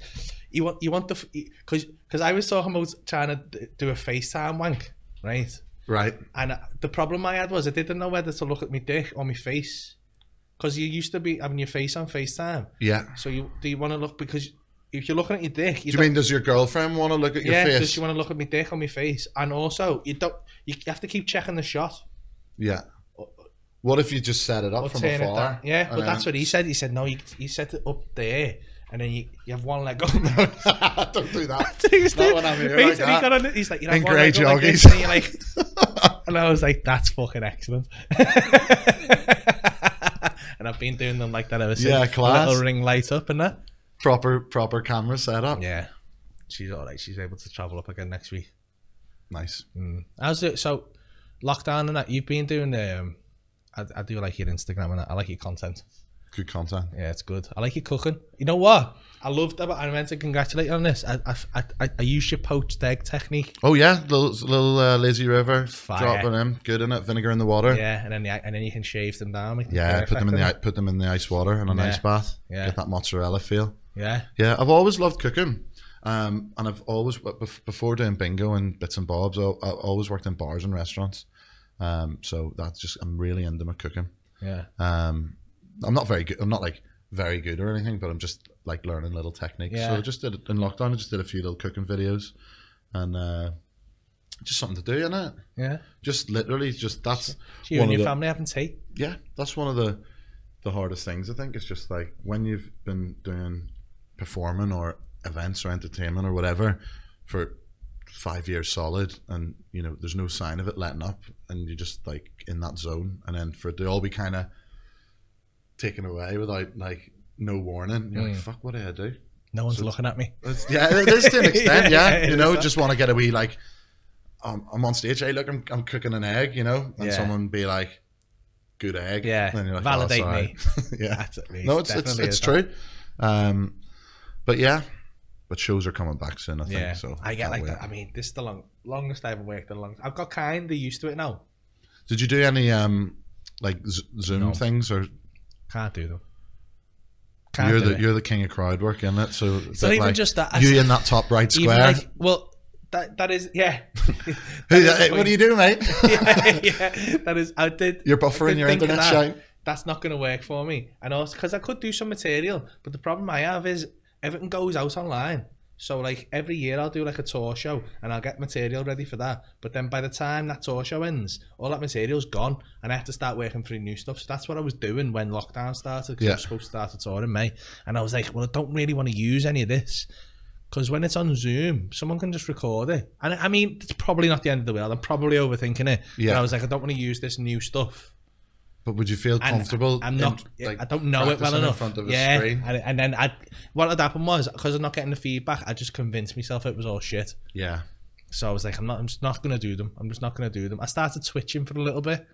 Speaker 2: You want you want the because because I was talking about trying to d- do a FaceTime wank, right?
Speaker 3: right.
Speaker 2: And I- the problem I had was I didn't know whether to look at my dick or my face, because you used to be having your face on FaceTime."
Speaker 3: Yeah.
Speaker 2: So you do you want to look because if you're looking at your dick, you
Speaker 3: Do you
Speaker 2: don't-
Speaker 3: mean does your girlfriend want to look at your
Speaker 2: yeah,
Speaker 3: face?
Speaker 2: does she want to look at my dick on my face? And also, you don't you have to keep checking the shot
Speaker 3: yeah. What if you just set it up
Speaker 2: or
Speaker 3: from
Speaker 2: turn it
Speaker 3: afar?
Speaker 2: down. Yeah,
Speaker 3: and
Speaker 2: but that's what he said. He said no, you you set it up there, and then you, you have one leg up. No,
Speaker 3: then- Don't do that.
Speaker 2: he's
Speaker 3: Not when I'm here like
Speaker 2: he
Speaker 3: that.
Speaker 2: got on, it, he's like, you know,
Speaker 3: In
Speaker 2: one
Speaker 3: grey
Speaker 2: leg up like
Speaker 3: joggies.
Speaker 2: this, and you're like, and I was like, that's fucking excellent. and I I've been doing them like that ever since.
Speaker 3: Yeah, class.
Speaker 2: Little ring light up and that.
Speaker 3: Proper proper camera setup.
Speaker 2: Yeah, she's all right. She's able to travel up again next week.
Speaker 3: Nice.
Speaker 2: How's it? So, lockdown and that you've been doing. Um, I, I do like your Instagram and that. I like your content.
Speaker 3: Good content.
Speaker 2: Yeah, it's good. I like your cooking. You know what? I loved that. I meant to congratulate you on this. I I, I, I- I used your poached egg technique.
Speaker 3: Oh yeah, little little uh, lazy river
Speaker 2: Fire.
Speaker 3: dropping in, good in it, vinegar in the water. Yeah,
Speaker 2: Yeah, and then the, and then you can shave them down. make
Speaker 3: put them in the
Speaker 2: perfect.
Speaker 3: i- put them in the ice water and an
Speaker 2: Yeah.
Speaker 3: ice bath.
Speaker 2: Yeah.
Speaker 3: Get that mozzarella feel.
Speaker 2: Yeah,
Speaker 3: Yeah, I've always loved cooking. Um, and I've always but bef- before doing bingo and bits and bobs, I, I always worked in bars and restaurants. Um, so that's just I'm really into my cooking.
Speaker 2: yeah.
Speaker 3: Um, I'm not very good. I'm not like very good or anything, but I'm just like learning little techniques. So
Speaker 2: Yeah.
Speaker 3: I just did in lockdown. I just did a few little cooking videos, and uh, just something to do in it.
Speaker 2: yeah.
Speaker 3: Just literally, just that's
Speaker 2: So you
Speaker 3: one
Speaker 2: and
Speaker 3: of
Speaker 2: your
Speaker 3: the-
Speaker 2: family having tea?
Speaker 3: yeah, that's one of the the hardest things. I think it's just like when you've been doing performing or events or entertainment or whatever for five years solid, and you know there's no sign of it letting up, and you're just like in that zone, and then for it to all be kind of taken away without like no warning, you're like, fuck, what did I do?
Speaker 2: No one's looking at me.
Speaker 3: It's- yeah, it is to an extent.
Speaker 2: Yeah,
Speaker 3: yeah,
Speaker 2: it
Speaker 3: you
Speaker 2: is
Speaker 3: know,
Speaker 2: that.
Speaker 3: just want to get a wee like. Um, I'm on stage. Hey, look, I'm, I'm cooking an egg, you know, and
Speaker 2: Yeah.
Speaker 3: someone be like, "Good egg."
Speaker 2: Yeah,
Speaker 3: And you're like,
Speaker 2: validate
Speaker 3: "Oh, sorry."
Speaker 2: me.
Speaker 3: yeah,
Speaker 2: That's at least.
Speaker 3: no, it's it's,
Speaker 2: definitely
Speaker 3: it's
Speaker 2: is that.
Speaker 3: true. Um, but yeah, but shows are coming back soon. I think
Speaker 2: Yeah,
Speaker 3: so.
Speaker 2: I get
Speaker 3: can't
Speaker 2: like
Speaker 3: wait.
Speaker 2: that. I mean, this is the long, longest I have worked in a long. I've got kind of used to it now.
Speaker 3: Did you do any um like Z- Zoom
Speaker 2: No.
Speaker 3: things or
Speaker 2: Can't do them. Can't
Speaker 3: you're
Speaker 2: do
Speaker 3: the
Speaker 2: it.
Speaker 3: you're the king of crowd work, isn't it? So
Speaker 2: It's not even just that. I-
Speaker 3: you in that top right
Speaker 2: even
Speaker 3: square.
Speaker 2: like, well, that that is yeah. That
Speaker 3: Who-
Speaker 2: is the
Speaker 3: hey, what
Speaker 2: point.
Speaker 3: do you do, mate?
Speaker 2: yeah, yeah, that is. I did.
Speaker 3: You're
Speaker 2: I
Speaker 3: buffering
Speaker 2: did
Speaker 3: your
Speaker 2: think of
Speaker 3: internet
Speaker 2: that.
Speaker 3: shine.
Speaker 2: That's not going to work for me, and also because I could do some material, but the problem I have is everything goes out online. So like every year I'll do like a tour show and I'll get material ready for that. But then by the time that tour show ends, all that material's gone and I have to start working for new stuff. So that's what I was doing when lockdown started. 'cause I
Speaker 3: Yeah.
Speaker 2: was supposed to start a tour in May, and I was like, well, I don't really want to use any of this. Because when it's on Zoom, someone can just record it. And I mean, it's probably not the end of the world. I'm probably overthinking it.
Speaker 3: Yeah.
Speaker 2: But I was like, I don't want to use this new stuff.
Speaker 3: But would you feel
Speaker 2: And
Speaker 3: comfortable?
Speaker 2: I'm
Speaker 3: in,
Speaker 2: not.
Speaker 3: like,
Speaker 2: I don't know it well
Speaker 3: practicing
Speaker 2: enough.
Speaker 3: in front of a
Speaker 2: yeah.
Speaker 3: screen.
Speaker 2: And, and then I, what had happened was because I'm not getting the feedback, I just convinced myself it was all shit.
Speaker 3: Yeah,
Speaker 2: So I was like, I'm not. I'm just not gonna do them. I'm just not gonna do them. I started twitching for a little bit.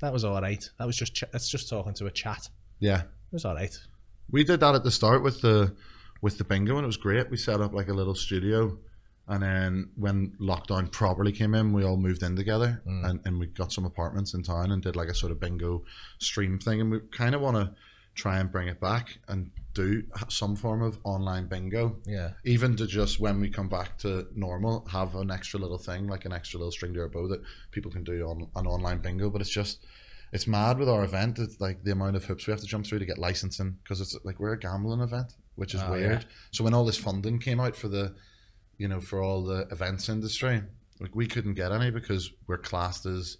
Speaker 2: That was all right. That was just. Ch- that's just talking to a chat.
Speaker 3: yeah.
Speaker 2: It was all right.
Speaker 3: We did that at the start with the with the bingo, and it was great. We set up like a little studio, and then when lockdown properly came in, we all moved in together, and, and we got some apartments in town and did like a sort of bingo stream thing, and we kind of want to try and bring it back and do some form of online bingo
Speaker 2: Yeah.
Speaker 3: even to just when we come back to normal have an extra little thing like an extra little string to our bow that people can do on an online bingo but it's just it's mad with our event it's like the amount of hoops we have to jump through to get licensing because it's like we're a gambling event which is
Speaker 2: Oh,
Speaker 3: weird so when all this funding came out for the you know for all the events industry like we couldn't get any because we're classed as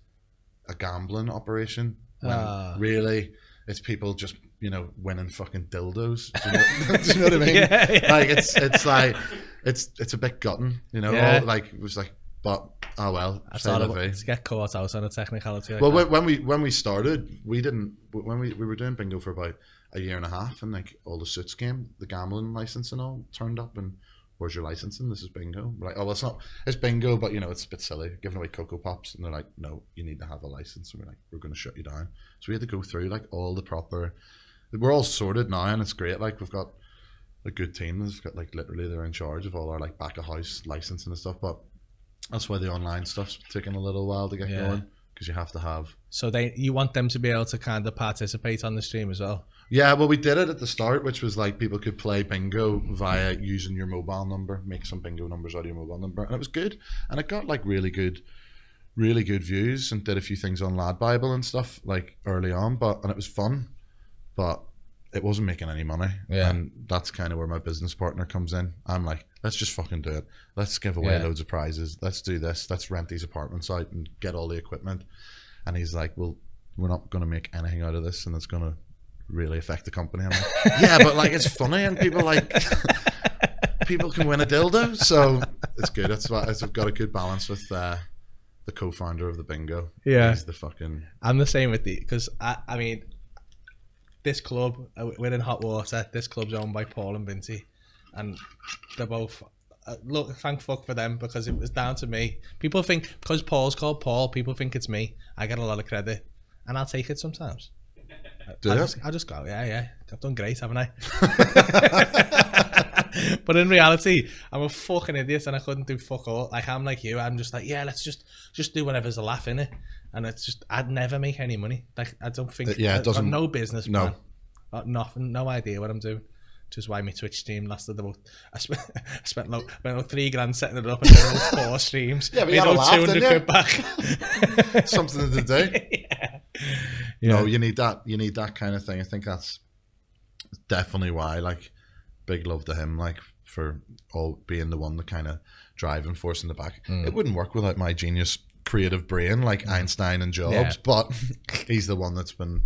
Speaker 3: a gambling operation when
Speaker 2: Ah.
Speaker 3: really it's people just you know winning fucking dildos do you know, do you know what i mean
Speaker 2: Yeah, yeah.
Speaker 3: like it's it's like it's it's a bit gutting, you know.
Speaker 2: Yeah.
Speaker 3: all- like it was like, but oh well.
Speaker 2: I
Speaker 3: say
Speaker 2: thought
Speaker 3: la
Speaker 2: I
Speaker 3: vie.
Speaker 2: to get caught out on a technicality. Like
Speaker 3: Well,
Speaker 2: that.
Speaker 3: when, when we when we started, we didn't when we, we were doing bingo for about a year and a half, and like all the suits came, the gambling license and all turned up, and where's your licensing? This is bingo. We're like, oh, well, it's not it's bingo, but you know, it's a bit silly giving away cocoa pops, and they're like, no, you need to have a license, and we're like, we're going to shut you down. So we had to go through like all the proper. We're all sorted now, and it's great. Like we've got a good team. They've got like literally they're in charge of all our like back of house licensing and stuff, but. That's why the online stuff's taking a little while to get
Speaker 2: Yeah.
Speaker 3: going because you have to have
Speaker 2: so they, you want them to be able to kind of participate on the stream as well.
Speaker 3: Yeah, well, we did it at the start, which was like people could play bingo via using your mobile number, make some bingo numbers out of your mobile number, and it was good. And it got like really good, really good views, and did a few things on Lad Bible and stuff like early on, but and it was fun, but it wasn't making any money.
Speaker 2: Yeah.
Speaker 3: and that's kind of where my business partner comes in. I'm like, let's just fucking do it. Let's give away
Speaker 2: Yeah.
Speaker 3: loads of prizes. Let's do this. Let's rent these apartments out and get all the equipment. And he's like, well, we're not going to make anything out of this, and it's going to really affect the company. I'm like, yeah, but like it's funny, and people like people can win a dildo, so it's good. That's why I've got a good balance with uh, the co-founder of the bingo.
Speaker 2: Yeah.
Speaker 3: he's the fucking
Speaker 2: I'm the same with the because I, I mean, this club, uh, we're in hot water. This club's owned by Paul and Vinci, and they're both. Uh, look, thank fuck for them because it was down to me. People think because Paul's called Paul, people think it's me. I get a lot of credit, and I'll take it sometimes.
Speaker 3: Do
Speaker 2: I
Speaker 3: you?
Speaker 2: just, I just go, yeah, yeah. I've done great, haven't I? but in reality, I'm a fucking idiot and I couldn't do fuck all. Like I'm like you, I'm just like, yeah, let's just just do whatever's a laugh in it. And it's just I'd never make any money. Like I don't think
Speaker 3: Uh, yeah, it
Speaker 2: I- I've
Speaker 3: doesn't-
Speaker 2: no business
Speaker 3: no.
Speaker 2: plan. Got nothing, no idea what I'm doing. Just why my Twitch stream lasted about I spent I spent like, spent like three grand setting it up and did about four streams.
Speaker 3: Yeah, but you
Speaker 2: Made
Speaker 3: had a
Speaker 2: about
Speaker 3: laugh, didn't
Speaker 2: 200
Speaker 3: you?
Speaker 2: quid back.
Speaker 3: Something to do.
Speaker 2: yeah.
Speaker 3: No, you need that. You need that kind of thing. I think that's definitely why. Like, big love to him. Like for all being the one, the kind of driving force in the back. It wouldn't work without my genius creative brain, like Einstein and Jobs.
Speaker 2: Yeah.
Speaker 3: But he's the one that's been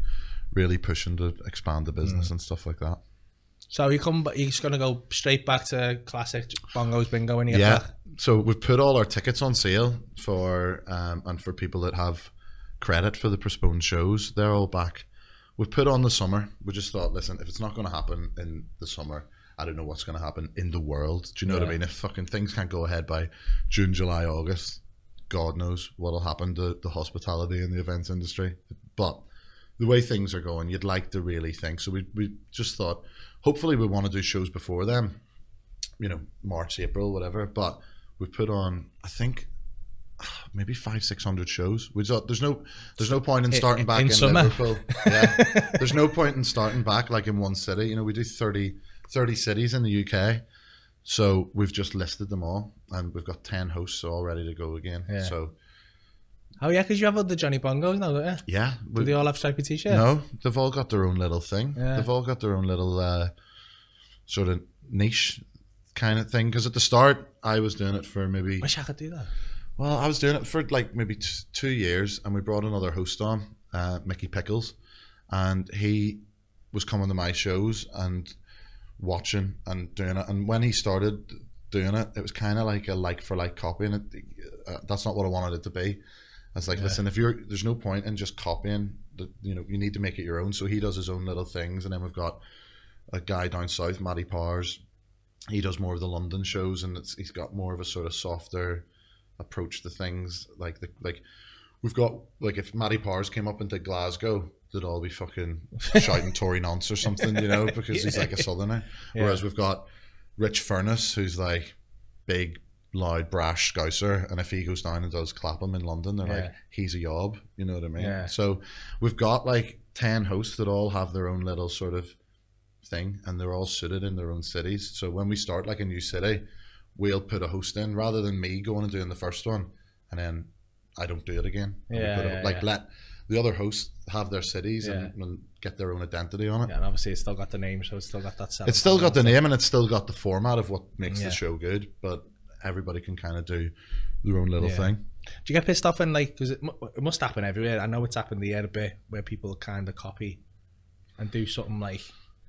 Speaker 3: really pushing to expand the business and stuff like that.
Speaker 2: So you come, ba- you're just gonna go straight back to classic bongos bingo when you get
Speaker 3: yeah.
Speaker 2: back.
Speaker 3: So we've put all our tickets on sale for um, and for people that have credit for the postponed shows. They're all back. We've put on the summer. We just thought, listen, if it's not going to happen in the summer, I don't know what's going to happen in the world. Do you know what I
Speaker 2: Yeah.
Speaker 3: mean? If fucking things can't go ahead by June, July, August, God knows what'll happen to the hospitality and the events industry. But the way things are going, you'd like to really think. So we, we just thought, hopefully, we want to do shows before them, you know, March, April, whatever. But we've put on, I think, ah, maybe five, six hundred shows. We thought there's no, there's no point in starting
Speaker 2: in
Speaker 3: back in,
Speaker 2: summer.
Speaker 3: Liverpool. Yeah, there's no point in starting back like in one city. You know, we do 30, 30 cities in the UK. So we've just listed them all, and we've got ten hosts all ready to go again.
Speaker 2: Yeah.
Speaker 3: So
Speaker 2: Oh yeah, because you have all the Johnny Bongos now, don't you?
Speaker 3: yeah, we,
Speaker 2: Do they all have stripy t-shirts?
Speaker 3: No, they've all got their own little thing.
Speaker 2: Yeah.
Speaker 3: They've all got their own little uh, sort of niche kind of thing. Because at the start, I was doing it for maybe
Speaker 2: Wish I could do that.
Speaker 3: well, I was doing it for like maybe t- two years, and we brought another host on, uh, Mickey Pickles, and he was coming to my shows and watching and doing it. And when he started doing it, it was kind of like a like for like copy, and it, uh, that's not what I wanted it to be. I was like, listen, if you're there's no point in just copying. The, you know, you need to make it your own. So he does his own little things, and then we've got a guy down south, Matty Powers. He does more of the London shows, and it's, he's got more of a sort of softer approach to things. Like the like, we've got like if Matty Powers came up into Glasgow, they'd all be fucking shouting Tory nonce or something, you know, because he's like a southerner. Whereas we've got Rich Furness, who's like big, loud, brash scouser, and if he goes down and does Clapham in London, they're like
Speaker 2: Yeah.
Speaker 3: he's a yob. You know what I mean?
Speaker 2: Yeah.
Speaker 3: So we've got like ten hosts that all have their own little sort of thing and they're all suited in their own cities. So when we start like a new city, we'll put a host in rather than me going and doing the first one and then I don't do it again. And we
Speaker 2: Yeah,
Speaker 3: put a-
Speaker 2: yeah,
Speaker 3: like
Speaker 2: yeah.
Speaker 3: let the other hosts have their cities and, and get their own identity on it.
Speaker 2: Yeah, and obviously it's still got the name, so it's still got that sound.
Speaker 3: It's still got the name and it's still got the format of what makes
Speaker 2: Yeah.
Speaker 3: the show good, but everybody can kind of do their own little
Speaker 2: Yeah.
Speaker 3: thing.
Speaker 2: Do you get pissed off when like because it, mu- it must happen everywhere? I know it's happened here a bit where people kind of copy and do something like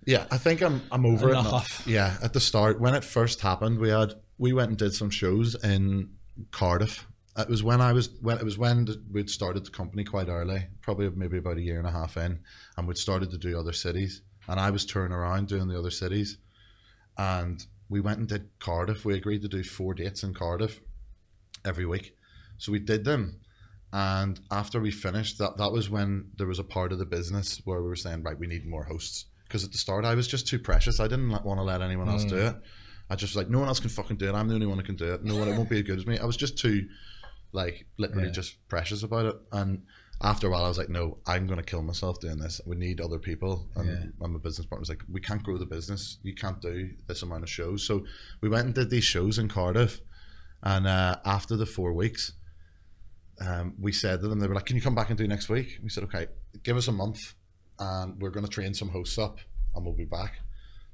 Speaker 3: Yeah, I think I'm I'm over
Speaker 2: A
Speaker 3: it. now.
Speaker 2: knock-off.
Speaker 3: Yeah, at the start when it first happened, we had we went and did some shows in Cardiff. It was when I was when it was when th- we'd started the company quite early, probably maybe about a year and a half in, and we'd started to do other cities, and I was touring around doing the other cities, and we went and did Cardiff. We agreed to do four dates in Cardiff every week, so we did them. And after we finished, that that was when there was a part of the business where we were saying, right, we need more hosts. Because at the start, I was just too precious. I didn't want to let anyone else do it. I just was like, no one else can fucking do it. I'm the only one who can do it. No one, it won't be as good as me. I was just too, like, literally
Speaker 2: Yeah.
Speaker 3: just precious about it. And after a while, I was like, no, I'm going to kill myself doing this. We need other people. And
Speaker 2: Yeah.
Speaker 3: and my business partner was like, we can't grow the business. You can't do this amount of shows. So we went and did these shows in Cardiff. And uh, after the four weeks, um, we said to them, they were like, "Can you come back and do next week?" We said, "Okay, give us a month, and we're going to train some hosts up, and we'll be back."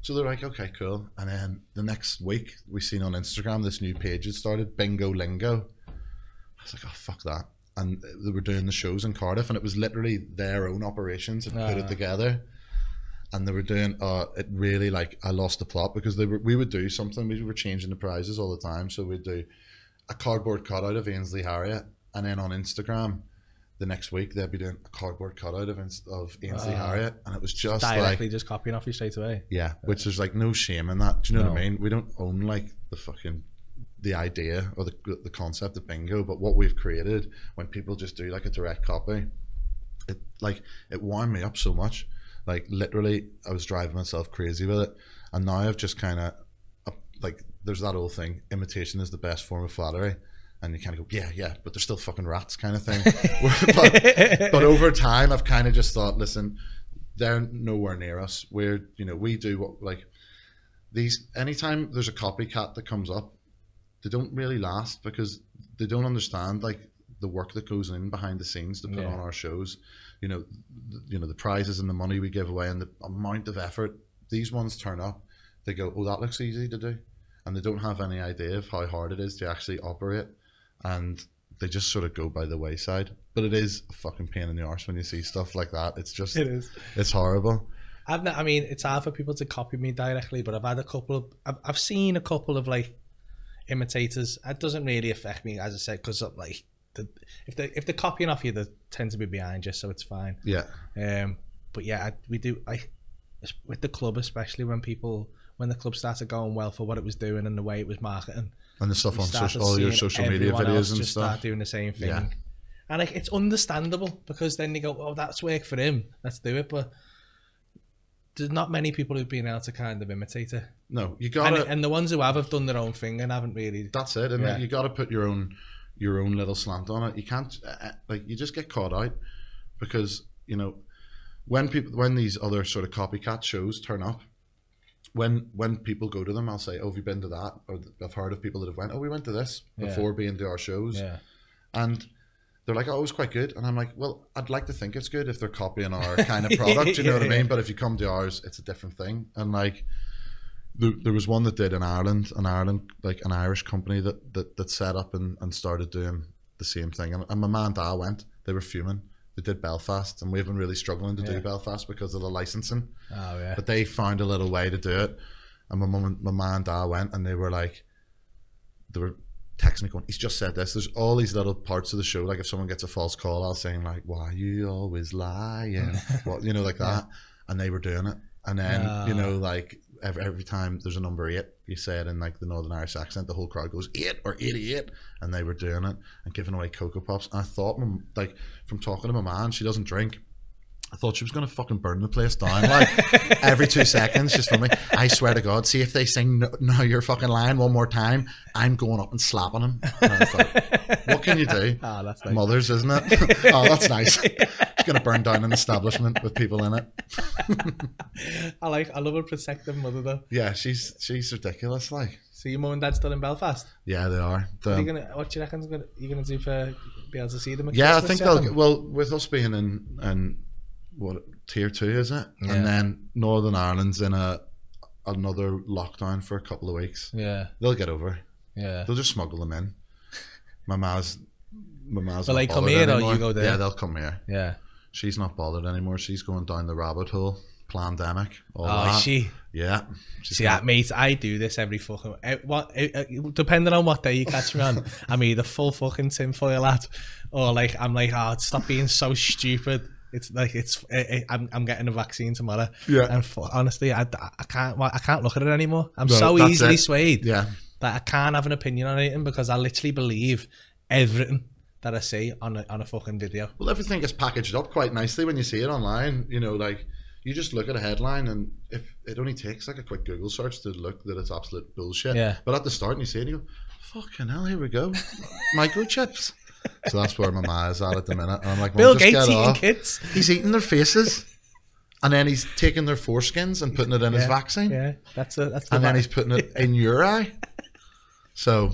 Speaker 3: So they're like, "Okay, cool." And then the next week, we seen on Instagram this new page had started, Bingo Lingo. I was like, "Oh fuck that!" And they were doing the shows in Cardiff, and it was literally their own operations and put
Speaker 2: Ah.
Speaker 3: it together. And they were doing uh, it really like I lost the plot because they were we would do something we were changing the prizes all the time so we'd do a cardboard cutout of Ainsley Harriet, and then on Instagram, the next week they'd be doing a cardboard cutout of Ins- of Ainsley
Speaker 2: Ah.
Speaker 3: Harriet, and it was just
Speaker 2: Directly
Speaker 3: like
Speaker 2: just copying off you straight away.
Speaker 3: yeah, which there's like no shame in that. Do you know what
Speaker 2: No.
Speaker 3: I mean? We don't own like the fucking the idea or the the concept of bingo, but what we've created when people just do like a direct copy, it like it wound me up so much. Like literally, I was driving myself crazy with it, and now I've just kind of like there's that old thing: imitation is the best form of flattery. And you kind of go, yeah, yeah, but they're still fucking rats, kind of thing. but, but over time, I've kind of just thought, listen, they're nowhere near us. We're, you know, we do what like these. Anytime there's a copycat that comes up, they don't really last because they don't understand like the work that goes in behind the scenes to put
Speaker 2: Yeah.
Speaker 3: on our shows. You know, th- you know the prizes and the money we give away and the amount of effort these ones turn up. They go, oh, that looks easy to do, and they don't have any idea of how hard it is to actually operate, and they just sort of go by the wayside. But it is a fucking pain in the arse when you see stuff like that. It's just
Speaker 2: it is.
Speaker 3: it's horrible.
Speaker 2: I've not, I mean, it's hard for people to copy me directly, but I've had a couple of, I've, I've seen a couple of like imitators. It doesn't really affect me, as I said, because like, the, if they if they're copying off you, they tend to be behind you, so it's fine.
Speaker 3: Yeah.
Speaker 2: Um, but yeah, I, we do. I with the club, especially when people when the club started going well for what it was doing and the way it was marketing,
Speaker 3: And the stuff
Speaker 2: we
Speaker 3: on
Speaker 2: started
Speaker 3: social, all your
Speaker 2: seeing
Speaker 3: social media
Speaker 2: everyone else
Speaker 3: videos and
Speaker 2: just start
Speaker 3: stuff.
Speaker 2: doing the same thing.
Speaker 3: Yeah.
Speaker 2: And like, it's understandable because then they go, "Oh, that's work for him. Let's do it." But there's not many people who've been able to kind of imitate it,
Speaker 3: No, you
Speaker 2: and,
Speaker 3: gotta.
Speaker 2: and the ones who have have done their own thing and haven't really.
Speaker 3: that's it, and
Speaker 2: Yeah.
Speaker 3: you gotta put your own, your own little slant on it. You can't uh, uh, like you just get caught out because you know when people when these other sort of copycat shows turn up. When when people go to them, I'll say, "Oh, have you been to that?" Or I've heard of people that have went, "Oh, we went to this
Speaker 2: Yeah.
Speaker 3: before being to our shows,"
Speaker 2: Yeah,
Speaker 3: and they're like, "Oh, it was quite good." And I'm like, "Well, I'd like to think it's good if they're copying our kind of product, you know what I mean? But if you come to ours, it's a different thing." And like, there, there was one that did in Ireland, an Ireland like an Irish company that that, that set up and, and started doing the same thing. And, and my man and dad went; they were fuming. They did Belfast, and we've been really struggling to
Speaker 2: Yeah.
Speaker 3: do Belfast because of the licensing
Speaker 2: oh yeah,
Speaker 3: but they found a little way to do it. And my mum, and my mum and dad went, and they were like, they were texting me going, "He's just said this." There's all these little parts of the show, like if someone gets a false call, I'll saying like, "Why are you always lying?" what you know, like that. And they were doing it, and then you know, like every, every time there's a number eight, you say it in like the Northern Irish accent, the whole crowd goes eight or eighty-eight, and they were doing it and giving away cocoa pops. And I thought, my, like from talking to my man, she doesn't drink. I thought she was gonna fucking burn the place down. Like every two seconds, just for me. I swear to God, see if they sing "No, "No, You're Fucking Lying" one more time, I'm going up and slapping them. And I thought, what can you do?
Speaker 2: ah, that's nice.
Speaker 3: Mothers, isn't it? oh, that's nice. It's gonna burn down an establishment with people in it.
Speaker 2: I like, I love a protective mother though.
Speaker 3: Yeah, she's she's ridiculous. Like,
Speaker 2: So your mum and dad still in Belfast?
Speaker 3: yeah, they are. The-
Speaker 2: Are you gonna, what do you reckon you're gonna do for be able to see them? At
Speaker 3: Um, yeah, I
Speaker 2: Christmas,
Speaker 3: think
Speaker 2: Adam?
Speaker 3: they'll. Well, with us being in in what tier two is it,
Speaker 2: Yeah.
Speaker 3: and then Northern Ireland's in a another lockdown for a couple of weeks.
Speaker 2: Yeah,
Speaker 3: They'll get over. it.
Speaker 2: yeah.
Speaker 3: They'll just smuggle them in. My ma's, my ma's.
Speaker 2: Will
Speaker 3: not
Speaker 2: they come
Speaker 3: bothered
Speaker 2: here or
Speaker 3: anymore.
Speaker 2: you go there?
Speaker 3: Yeah, they'll come here.
Speaker 2: Yeah.
Speaker 3: She's not bothered anymore. She's going down the rabbit hole. Pandemic. All
Speaker 2: Oh,
Speaker 3: that.
Speaker 2: she.
Speaker 3: Yeah. She's
Speaker 2: See, I, mate, I do this every fucking. eh, What, eh, eh, depending on what day you catch me on, I'm either full fucking tinfoil hat, or like I'm like, oh, stop being so stupid. It's like it's. eh, eh, I'm, I'm getting a vaccine tomorrow.
Speaker 3: Yeah.
Speaker 2: And fu- honestly, I, I can't. well, I can't look at it anymore. I'm
Speaker 3: No,
Speaker 2: so
Speaker 3: that's
Speaker 2: easily
Speaker 3: it.
Speaker 2: swayed
Speaker 3: yeah.
Speaker 2: that I can't have an opinion on anything because I literally believe everything that I see on a, on a fucking video.
Speaker 3: Well, everything gets packaged up quite nicely when you see it online. You know, like you just look at a headline, and if it only takes like a quick Google search to look that it's absolute bullshit.
Speaker 2: Yeah.
Speaker 3: But at the start, and you see it, and you go, "Fucking hell, here we go, microchips." So that's where my ma is at at the minute. And I'm like,
Speaker 2: Bill
Speaker 3: Mum, just
Speaker 2: Gates
Speaker 3: get
Speaker 2: eating
Speaker 3: off.
Speaker 2: kids.
Speaker 3: He's eating their faces, and then he's taking their foreskins and putting it in his
Speaker 2: Yeah,
Speaker 3: vaccine,
Speaker 2: Yeah, that's a, that's the
Speaker 3: and then
Speaker 2: va-
Speaker 3: he's putting it in your eye. So,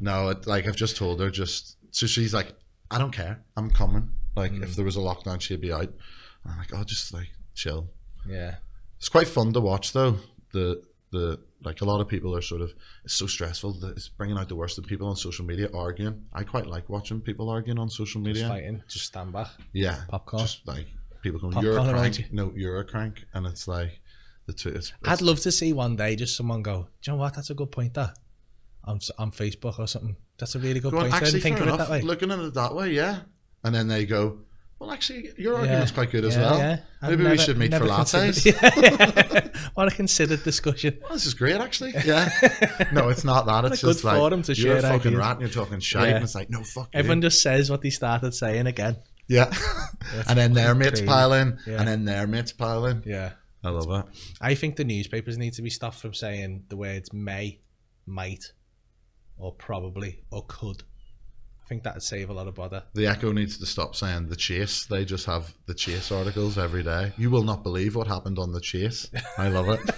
Speaker 3: no, it, like I've just told her, just so she's like, I don't care, I'm coming. Like if there was a lockdown, she'd be out. And I'm like, oh, just like chill.
Speaker 2: yeah.
Speaker 3: It's quite fun to watch though. The the like a lot of people are sort of it's so stressful that it's bringing out the worst of people on social media arguing. I quite like watching people arguing on social
Speaker 2: Just
Speaker 3: media.
Speaker 2: fighting, just stand back.
Speaker 3: Yeah.
Speaker 2: Popcorn.
Speaker 3: Just like people going,
Speaker 2: Popcorn
Speaker 3: you're a
Speaker 2: and
Speaker 3: crank.
Speaker 2: orange.
Speaker 3: No, you're a crank. And it's like, the two, it's,
Speaker 2: I'd
Speaker 3: it's
Speaker 2: love to see one day just someone go, do you know what? That's a good point. That on s- on Facebook or something. That's a really good
Speaker 3: going,
Speaker 2: point. I
Speaker 3: actually,
Speaker 2: didn't think
Speaker 3: fair
Speaker 2: of it that
Speaker 3: enough.
Speaker 2: way.
Speaker 3: Looking at it that way, yeah. and then they go, "Well, actually, your argument's
Speaker 2: Yeah,
Speaker 3: quite good as
Speaker 2: yeah,
Speaker 3: well.
Speaker 2: yeah. I've
Speaker 3: Maybe we
Speaker 2: never-
Speaker 3: should meet for
Speaker 2: never
Speaker 3: lattes."
Speaker 2: considered- what a considered discussion.
Speaker 3: Oh, this is great, actually. Yeah. No, it's not that. It's
Speaker 2: a good
Speaker 3: just like
Speaker 2: forum to
Speaker 3: you're a
Speaker 2: share
Speaker 3: fucking
Speaker 2: ideas.
Speaker 3: rat and you're talking shite,
Speaker 2: Yeah.
Speaker 3: and it's like, no, fuck you.
Speaker 2: Everyone just says what they started saying again.
Speaker 3: Yeah. and then their mates
Speaker 2: crazy.
Speaker 3: pile in,
Speaker 2: Yeah.
Speaker 3: and then their mates pile in.
Speaker 2: Yeah.
Speaker 3: I love it.
Speaker 2: I think the newspapers need to be stopped from saying the words may, might, or probably, or could. I think that'd save a lot of bother.
Speaker 3: The Echo needs to stop saying the chase. They just have the chase articles every day. You will not believe what happened on the chase. I love it.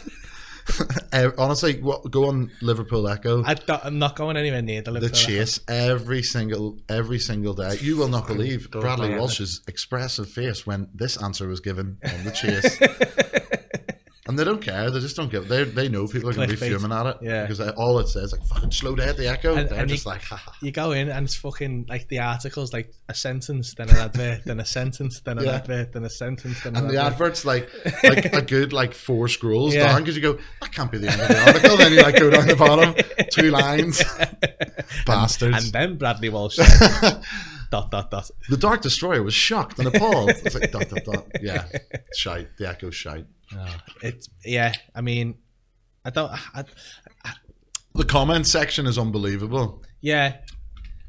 Speaker 3: Eh, Honestly, what, go on Liverpool Echo.
Speaker 2: I don't, I'm not going anywhere near the
Speaker 3: the
Speaker 2: Liverpool.
Speaker 3: chase every single every single day. You will not believe
Speaker 2: dog
Speaker 3: Bradley
Speaker 2: man.
Speaker 3: Walsh's expressive face when this answer was given on the chase. And they don't care. They just don't give. They they know people are going to be
Speaker 2: Clickbait.
Speaker 3: fuming at it.
Speaker 2: Yeah.
Speaker 3: Because all it says like fucking slow down the echo.
Speaker 2: And-
Speaker 3: They're
Speaker 2: and
Speaker 3: just
Speaker 2: you-
Speaker 3: like, ha, ha.
Speaker 2: You go in and it's fucking like the articles, like a sentence, then an advert, then a sentence, then an
Speaker 3: Yeah.
Speaker 2: advert, then a sentence, then an
Speaker 3: and the
Speaker 2: advert.
Speaker 3: adverts like like a good like four scrolls
Speaker 2: Yeah.
Speaker 3: down because you go that can't be the end of the article. then you like go down the bottom two lines,
Speaker 2: And
Speaker 3: bastards.
Speaker 2: then Bradley Walsh said, dot, dot, dot.
Speaker 3: the Dark Destroyer was shocked and appalled. It's like dot dot dot. Yeah, shite. The echo shite.
Speaker 2: It's, yeah, I mean, I don't, I,
Speaker 3: The comment section is unbelievable.
Speaker 2: Yeah.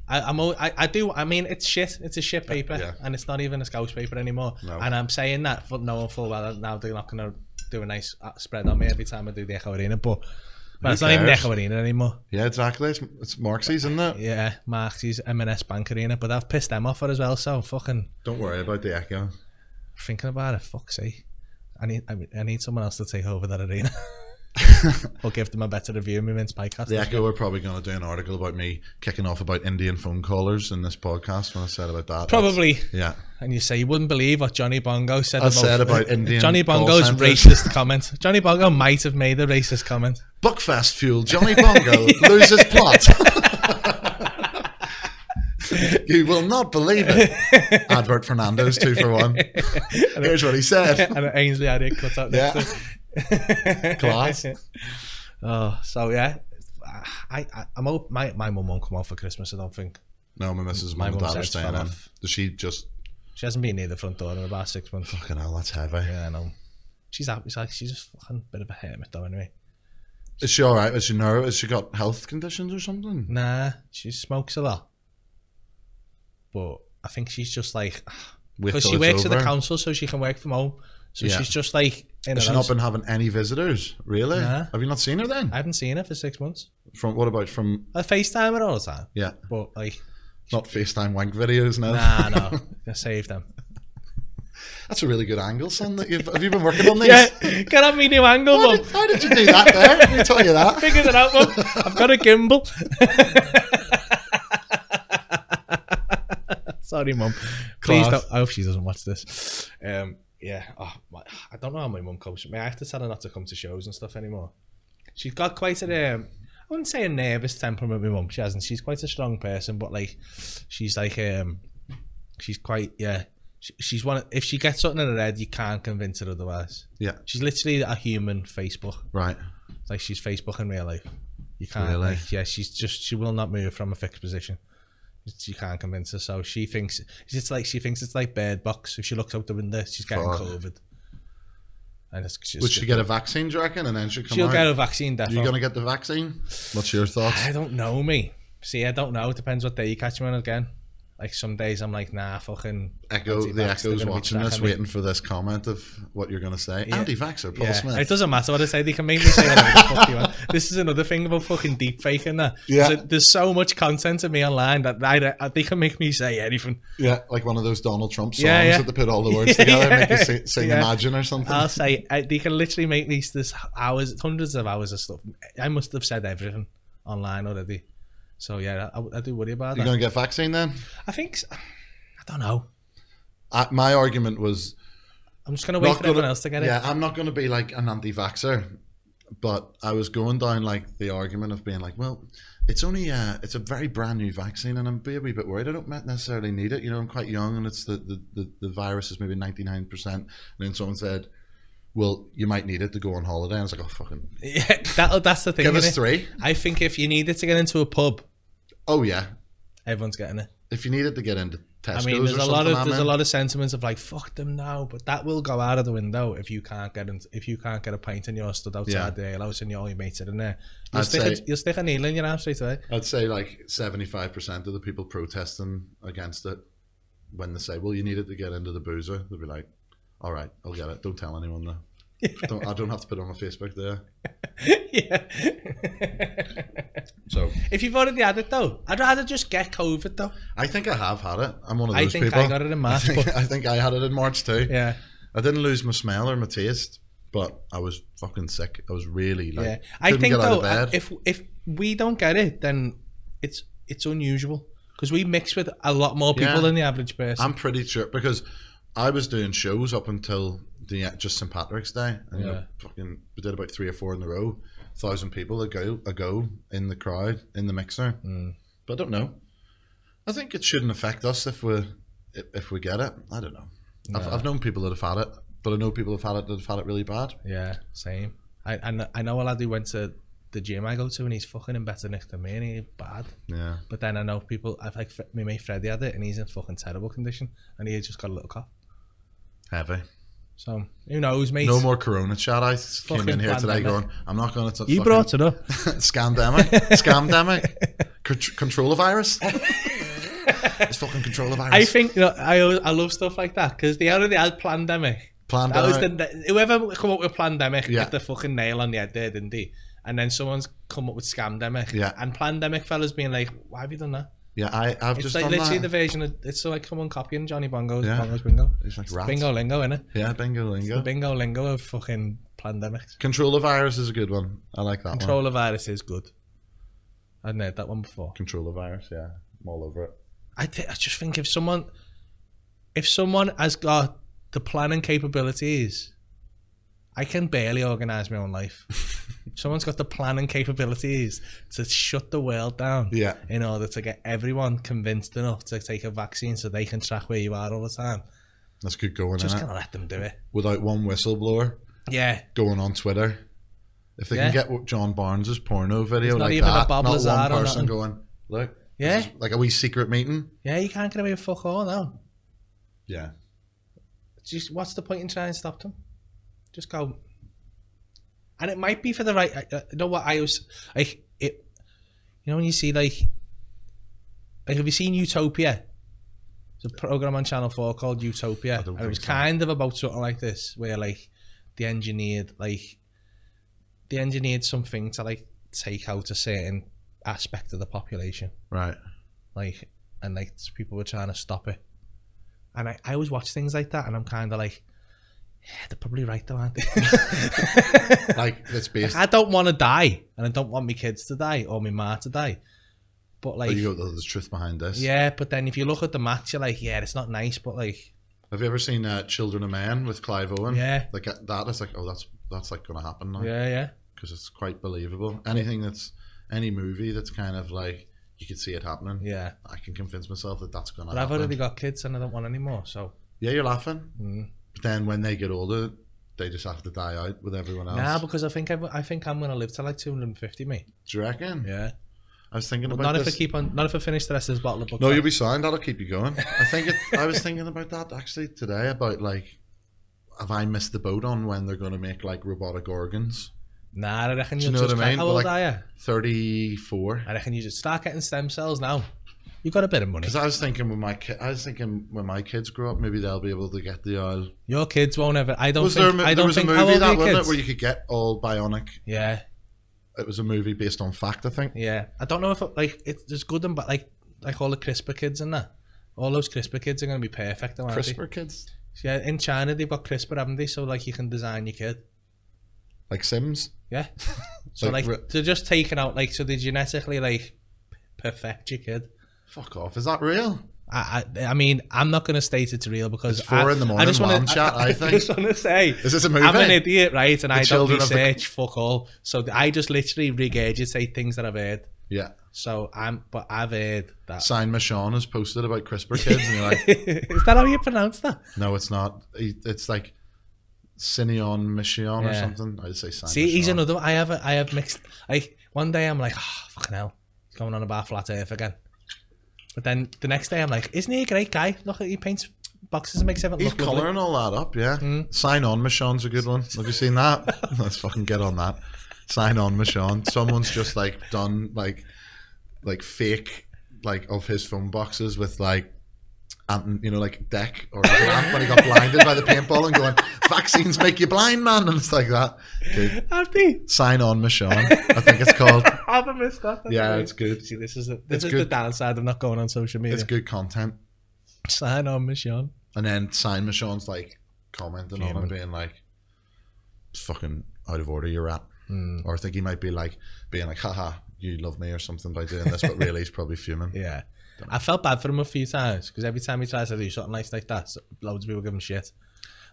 Speaker 2: I, I'm. al- I, I do. I mean, it's shit. It's a shit paper,
Speaker 3: yeah.
Speaker 2: and it's not even a Scouse paper anymore.
Speaker 3: No.
Speaker 2: And I'm saying that, but knowing full well that now they're not going to do a nice uh, spread on me every time I do the Echo Arena. But well, it's not even the
Speaker 3: cares?
Speaker 2: Echo Arena anymore.
Speaker 3: Yeah, exactly. It's, it's Marxies, isn't it?
Speaker 2: Yeah, Marx's M&S Bank Arena, but I've pissed them off for as well. So I'm fucking
Speaker 3: Don't worry about the echo.
Speaker 2: thinking about it. Fuck's sake. I need. I, mean, I need someone else to take over that arena. or give them a better review. Me mince podcast.
Speaker 3: The Echo are probably going to do an article about me kicking off about Indian phone callers in this podcast when I said about that.
Speaker 2: Probably.
Speaker 3: Yeah.
Speaker 2: And you say you wouldn't believe what Johnny Bongo said.
Speaker 3: I
Speaker 2: about,
Speaker 3: said about Indian
Speaker 2: Johnny
Speaker 3: call
Speaker 2: Bongo's
Speaker 3: centers.
Speaker 2: racist comment. Johnny Bongo might have made a racist comment.
Speaker 3: Buckfast fuel Johnny Bongo loses plot. you will not believe it. Advert Fernando's two for one. Here's what he said.
Speaker 2: and Ainsley had it cut out.
Speaker 3: Yeah.
Speaker 2: Next to it.
Speaker 3: Class.
Speaker 2: Oh, so yeah, I, I I'm hope my my mum won't come on for Christmas. I don't think
Speaker 3: No, my missus,
Speaker 2: My
Speaker 3: mum and
Speaker 2: mum
Speaker 3: dad are
Speaker 2: said
Speaker 3: staying
Speaker 2: fuck
Speaker 3: in.
Speaker 2: off.
Speaker 3: Does she just
Speaker 2: she hasn't been near the front door in about six months.
Speaker 3: fucking hell? That's heavy.
Speaker 2: Yeah, I know. She's happy. She's like she's just fucking bit of a hermit though. Anyway,
Speaker 3: Is she all right? Is she nervous? Has she got health conditions or something?
Speaker 2: nah, she smokes a lot, but I think she's just like
Speaker 3: Wait
Speaker 2: because
Speaker 3: till
Speaker 2: she
Speaker 3: it's
Speaker 2: works at
Speaker 3: over.
Speaker 2: the council, so she can work from home. So
Speaker 3: Yeah.
Speaker 2: she's just like in
Speaker 3: Has
Speaker 2: her
Speaker 3: she not
Speaker 2: house.
Speaker 3: been having any visitors? Really?
Speaker 2: Nah.
Speaker 3: Have you not seen her then?
Speaker 2: I haven't seen her for six months.
Speaker 3: From what about from
Speaker 2: I FaceTime her all the time,
Speaker 3: yeah?
Speaker 2: but like,
Speaker 3: Not FaceTime wank videos now.
Speaker 2: nah, no, I save them.
Speaker 3: That's a really good angle, son. That you've, have you been working on these?
Speaker 2: Yeah, get on me new angle,
Speaker 3: How
Speaker 2: mum.
Speaker 3: did, how did you do that there? Who taught you that?
Speaker 2: Figure it out, mum. I've got a gimbal. Sorry, mum. Please
Speaker 3: Class.
Speaker 2: don't. I hope she doesn't watch this. Um, yeah, oh, my, I don't know how my mum copes with me. I have to tell her not to come to shows and stuff anymore. She's got quite a, um, I wouldn't say a nervous temperament. My mum, she hasn't. She's quite a strong person, but like, she's like, um, she's quite, yeah. She, she's one. of- If she gets something in her head, you can't convince her otherwise.
Speaker 3: Yeah,
Speaker 2: She's literally a human Facebook.
Speaker 3: right.
Speaker 2: Like she's Facebook in real life. You can't.
Speaker 3: Really?
Speaker 2: Like, yeah, she's just she will not move from a fixed position. It's- You can't convince her. So she thinks it's like she thinks it's like bird box. If she looks out the window, she's getting
Speaker 3: Fuck.
Speaker 2: COVID. And it's just
Speaker 3: Would she get a vaccine, do you reckon, and then she'll come
Speaker 2: she'll
Speaker 3: out?
Speaker 2: get a vaccine definitely.
Speaker 3: you gonna get the vaccine? What's your thoughts?
Speaker 2: I don't know me. See, I don't know. It depends what day you catch me on again. Like some days I'm like, nah, fucking
Speaker 3: Echo,
Speaker 2: anti-vax,
Speaker 3: the
Speaker 2: they're
Speaker 3: echoes
Speaker 2: gonna be
Speaker 3: watching
Speaker 2: cracking
Speaker 3: this,
Speaker 2: me.
Speaker 3: waiting for this comment of what you're gonna say. Anti-vaxxer, Paul
Speaker 2: Yeah.
Speaker 3: Smith.
Speaker 2: It doesn't matter what I say. They can make me say whatever the fuck they want. This is another thing about fucking deepfake and that.
Speaker 3: Yeah.
Speaker 2: So there's so much content of me online that I, I- they can make me say anything.
Speaker 3: yeah, like one of those Donald Trump songs
Speaker 2: Yeah, yeah.
Speaker 3: that they put all the words
Speaker 2: Yeah,
Speaker 3: together, and make you
Speaker 2: yeah.
Speaker 3: sing, sing
Speaker 2: Yeah.
Speaker 3: "Imagine" or something.
Speaker 2: I'll say I, they can literally make these this hours, hundreds of hours of stuff. I must have said everything online already. So yeah, I, I do worry about
Speaker 3: You're
Speaker 2: that.
Speaker 3: gonna get vaccine then?
Speaker 2: I think s- I don't know.
Speaker 3: I, my argument was
Speaker 2: I'm just gonna wait
Speaker 3: Not
Speaker 2: for
Speaker 3: gonna-
Speaker 2: everyone else to get
Speaker 3: Yeah,
Speaker 2: it.
Speaker 3: I'm not going to be like an anti-vaxer, but I was going down like the argument of being like, well, it's only uh, it's a very brand new vaccine, and I'm be a wee bit worried. I don't necessarily need it. You know, I'm quite young, and it's the the, the, the virus is maybe 99. percent And then someone said, well, you might need it to go on holiday. And I was like, oh fucking,
Speaker 2: Yeah, that that's the thing.
Speaker 3: give
Speaker 2: innit?
Speaker 3: us three.
Speaker 2: I think if you need it to get into a pub,
Speaker 3: Oh yeah,
Speaker 2: everyone's getting it.
Speaker 3: if you need it to get into Tesco's
Speaker 2: I mean, there's
Speaker 3: or
Speaker 2: a
Speaker 3: something.
Speaker 2: lot of
Speaker 3: I'm
Speaker 2: there's a
Speaker 3: in.
Speaker 2: lot of sentiments of like fuck them now, but that will go out of the window if you can't get in, if you can't get a pint and you're stood outside
Speaker 3: Yeah.
Speaker 2: the alehouse and your mates are in there. You'll
Speaker 3: I'd
Speaker 2: stick,
Speaker 3: say-
Speaker 2: a, you'll stick a needle in your arm straight away.
Speaker 3: I'd say like seventy-five percent of the people protesting against it, when they say, "Well, you need it to get into the boozer," they'll be like, "All right, I'll get it. Don't tell anyone though. Don't, I don't have to put it on my Facebook there."
Speaker 2: yeah.
Speaker 3: So
Speaker 2: if you've already had it though, I'd rather just get COVID though.
Speaker 3: I think I have had it. I'm one of
Speaker 2: I
Speaker 3: those
Speaker 2: think
Speaker 3: people.
Speaker 2: I got it in
Speaker 3: I
Speaker 2: March,
Speaker 3: think,
Speaker 2: but-
Speaker 3: I think I had it in March too.
Speaker 2: Yeah,
Speaker 3: I didn't lose my smell or my taste, but I was fucking sick. I was really like,
Speaker 2: yeah.
Speaker 3: I
Speaker 2: I
Speaker 3: couldn't
Speaker 2: think
Speaker 3: get out
Speaker 2: though,
Speaker 3: of bed.
Speaker 2: if if we don't get it, then it's it's unusual because we mix with a lot more people
Speaker 3: Yeah.
Speaker 2: than the average person.
Speaker 3: I'm pretty sure because I was doing shows up until the uh, just St Patrick's Day, and you know,
Speaker 2: Yeah.
Speaker 3: fucking we did about three or four in a row, thousand people a go a go in the crowd in the mixer.
Speaker 2: Mm.
Speaker 3: But I don't know. I think it shouldn't affect us if we if, if we get it. I don't know. I've, I've known people that have had it, but I know people have had it that have had it really bad.
Speaker 2: Yeah, same. I, I, kn- I know a lad who went to the gym I go to and he's fucking in better nick than me and he's bad.
Speaker 3: Yeah,
Speaker 2: But then I know people, I've like, my mate Freddie had it and he's in fucking terrible condition and he just got a little cough.
Speaker 3: heavy.
Speaker 2: So who knows, mate?
Speaker 3: No more Corona chat. I came
Speaker 2: Fucking
Speaker 3: in here today
Speaker 2: pandemic.
Speaker 3: going, I'm not going to.
Speaker 2: You brought it up.
Speaker 3: scamdemic, scamdemic, C- control of virus. it's fucking control of virus.
Speaker 2: I think, you know, I, al- I love stuff like that because they already had pandemic.
Speaker 3: Planned
Speaker 2: That was
Speaker 3: out.
Speaker 2: the, ne- whoever come up with pandemic
Speaker 3: Yeah.
Speaker 2: hit the fucking nail on the head there, didn't they? And then someone's come up with scamdemic.
Speaker 3: Yeah.
Speaker 2: And pandemic fellas being like, why have you done that?
Speaker 3: yeah, I, I've
Speaker 2: It's
Speaker 3: just
Speaker 2: like
Speaker 3: done
Speaker 2: literally
Speaker 3: that.
Speaker 2: the version of, it's like someone copying Johnny Bongo's,
Speaker 3: Yeah.
Speaker 2: Bongo's Bingo.
Speaker 3: it's like rats.
Speaker 2: Bingo lingo, innit?
Speaker 3: Yeah, bingo lingo.
Speaker 2: Bingo lingo of fucking pandemics.
Speaker 3: Control of virus is a good one. I like that one.
Speaker 2: Control of virus is good. I've heard that one before.
Speaker 3: Control of virus. Yeah, I'm all over it.
Speaker 2: I thi- I just think if someone, if someone has got the planning capabilities, I can barely organise my own life. If Someone's got the planning capabilities to shut the world down
Speaker 3: Yeah.
Speaker 2: in order to get everyone convinced enough to take a vaccine so they can track where you are all the time.
Speaker 3: That's good going.
Speaker 2: Just
Speaker 3: Just
Speaker 2: gonna let them do it.
Speaker 3: Without one whistleblower
Speaker 2: Yeah,
Speaker 3: going on Twitter. If they
Speaker 2: Yeah.
Speaker 3: can get what John Barnes's porno video
Speaker 2: not
Speaker 3: like
Speaker 2: even a
Speaker 3: that,
Speaker 2: Bob
Speaker 3: not
Speaker 2: Lazar
Speaker 3: one
Speaker 2: or
Speaker 3: person
Speaker 2: nothing. Eh?"
Speaker 3: going, look,
Speaker 2: Yeah.
Speaker 3: this is like a wee secret meeting.
Speaker 2: yeah. You can't get away with fuck all now.
Speaker 3: Yeah,
Speaker 2: just what's the point in trying to stop them? Just go. And it might be for the right. I- I- You know what I was like it. You know when you see like, like have you seen Utopia? It's a program on Channel Four called Utopia,
Speaker 3: don't
Speaker 2: and it
Speaker 3: think
Speaker 2: was
Speaker 3: so.
Speaker 2: kind of about something like this, where like the engineered like they engineered something to like take out a certain aspect of the population
Speaker 3: right.
Speaker 2: like and like people were trying to stop it and I, I always watch things like that and I'm kind of like yeah, they're probably right though aren't they
Speaker 3: Like it's based.
Speaker 2: I don't want to die and I don't want my kids to die or my ma to die but
Speaker 3: But
Speaker 2: like
Speaker 3: you go, "Oh, there's truth behind this.
Speaker 2: yeah but then if you look at the match you're like yeah it's not nice but like
Speaker 3: Have you ever seen uh, Children of Men with Clive Owen?
Speaker 2: Yeah.
Speaker 3: Like uh, that is like, oh, that's that's like going to happen now
Speaker 2: yeah yeah
Speaker 3: because it's quite believable. Anything that's any movie that's kind of like you could see it happening.
Speaker 2: yeah
Speaker 3: I can convince myself that that's going to
Speaker 2: but I've
Speaker 3: happen.
Speaker 2: already got kids and I don't want any more so
Speaker 3: Yeah, you're laughing,
Speaker 2: mm.
Speaker 3: but then when they get older, they just have to die out with everyone else.
Speaker 2: nah because I think I, I think I'm gonna live to like 250 me
Speaker 3: Do you reckon?
Speaker 2: yeah
Speaker 3: I was thinking
Speaker 2: but
Speaker 3: about
Speaker 2: not if I
Speaker 3: this.
Speaker 2: keep on not if I finish the rest of this bottle of book
Speaker 3: No, you'll be signed. That'll keep you going. I think it, I was thinking about that actually today about like, have I missed the boat on when they're going to make like robotic organs?
Speaker 2: nah I reckon
Speaker 3: Do
Speaker 2: you'll
Speaker 3: you know
Speaker 2: just
Speaker 3: what I
Speaker 2: crack-
Speaker 3: mean?
Speaker 2: how
Speaker 3: But,
Speaker 2: old
Speaker 3: like,
Speaker 2: are you
Speaker 3: Thirty-four.
Speaker 2: I reckon you should start getting stem cells now. You got a bit of money.
Speaker 3: Because I was thinking when my ki- I was thinking when my kids grow up, maybe they'll be able to get the oil.
Speaker 2: Your kids won't ever. I don't
Speaker 3: Was
Speaker 2: think.
Speaker 3: there, a, mo-
Speaker 2: I
Speaker 3: there
Speaker 2: don't
Speaker 3: was a
Speaker 2: think. How old
Speaker 3: movie
Speaker 2: are
Speaker 3: that
Speaker 2: your
Speaker 3: wasn't it
Speaker 2: kids?
Speaker 3: where you could get all bionic?
Speaker 2: Yeah,
Speaker 3: It was a movie based on fact, I think.
Speaker 2: yeah. I don't know if it, like it's there's good and bad. Like like all the CRISPR kids and that. All those CRISPR kids are going to be perfect, aren't they?
Speaker 3: CRISPR kids,
Speaker 2: Yeah, in China they've got CRISPR, haven't they? So like you can design your kid.
Speaker 3: like Sims.
Speaker 2: Yeah. So
Speaker 3: Like
Speaker 2: like,
Speaker 3: re-
Speaker 2: they're just taking out like so they genetically like perfect your kid.
Speaker 3: Fuck off! Is that real?
Speaker 2: I, I, I mean, I'm not going to state it's real because
Speaker 3: It's four
Speaker 2: I,
Speaker 3: in the
Speaker 2: I
Speaker 3: morning,
Speaker 2: just wanna,
Speaker 3: mom chat, I think.
Speaker 2: just want to say,
Speaker 3: Is this a movie?
Speaker 2: I'm an idiot, right? And I don't
Speaker 3: children of the-
Speaker 2: research fuck all, so I just literally regurgitate things that I've heard.
Speaker 3: Yeah.
Speaker 2: So I'm, but I've heard that.
Speaker 3: Sign Michonne has posted about CRISPR kids, and you're like,
Speaker 2: Is that how you pronounce that?
Speaker 3: no, it's not. He- It's like Sineon Michonne or
Speaker 2: Yeah.
Speaker 3: something. I just say Sign.
Speaker 2: See, he's
Speaker 3: Michonne.
Speaker 2: another. I have, a, I "Ah, have mixed. Like one day I'm like, oh, fucking hell, he's going on about flat Earth again. But then the next day, I'm like, isn't he a great guy? Look, he paints boxes and makes everything
Speaker 3: He's
Speaker 2: look lovely. Hmm.
Speaker 3: colouring all that up, yeah. Sign on, Michonne's a good one. Have you seen that? Let's fucking get on that. Sign on, Michonne. Someone's just like done like like fake like of his phone boxes with like Anton, you know, like Deck or Lamp when he got blinded by the paintball and going, vaccines make you blind, man, and it's like that. Okay.
Speaker 2: Have they?
Speaker 3: Sign on, Michonne. I think it's called.
Speaker 2: Have I missed that? That's
Speaker 3: Yeah,
Speaker 2: great.
Speaker 3: it's good.
Speaker 2: See, this is the, this
Speaker 3: It's
Speaker 2: is the
Speaker 3: good.
Speaker 2: downside of not going on social media.
Speaker 3: It's good content.
Speaker 2: Sign on, Michonne.
Speaker 3: And then Sign Michonne's like commenting on him,
Speaker 2: Fuming.
Speaker 3: being like, it's fucking out of order, you're at. Or I think he might be like, being like, haha, you love me or something by doing this, but really he's probably fuming.
Speaker 2: Yeah. I felt bad for him a few times because every time he tries to do something nice like that, so- loads of people give him shit.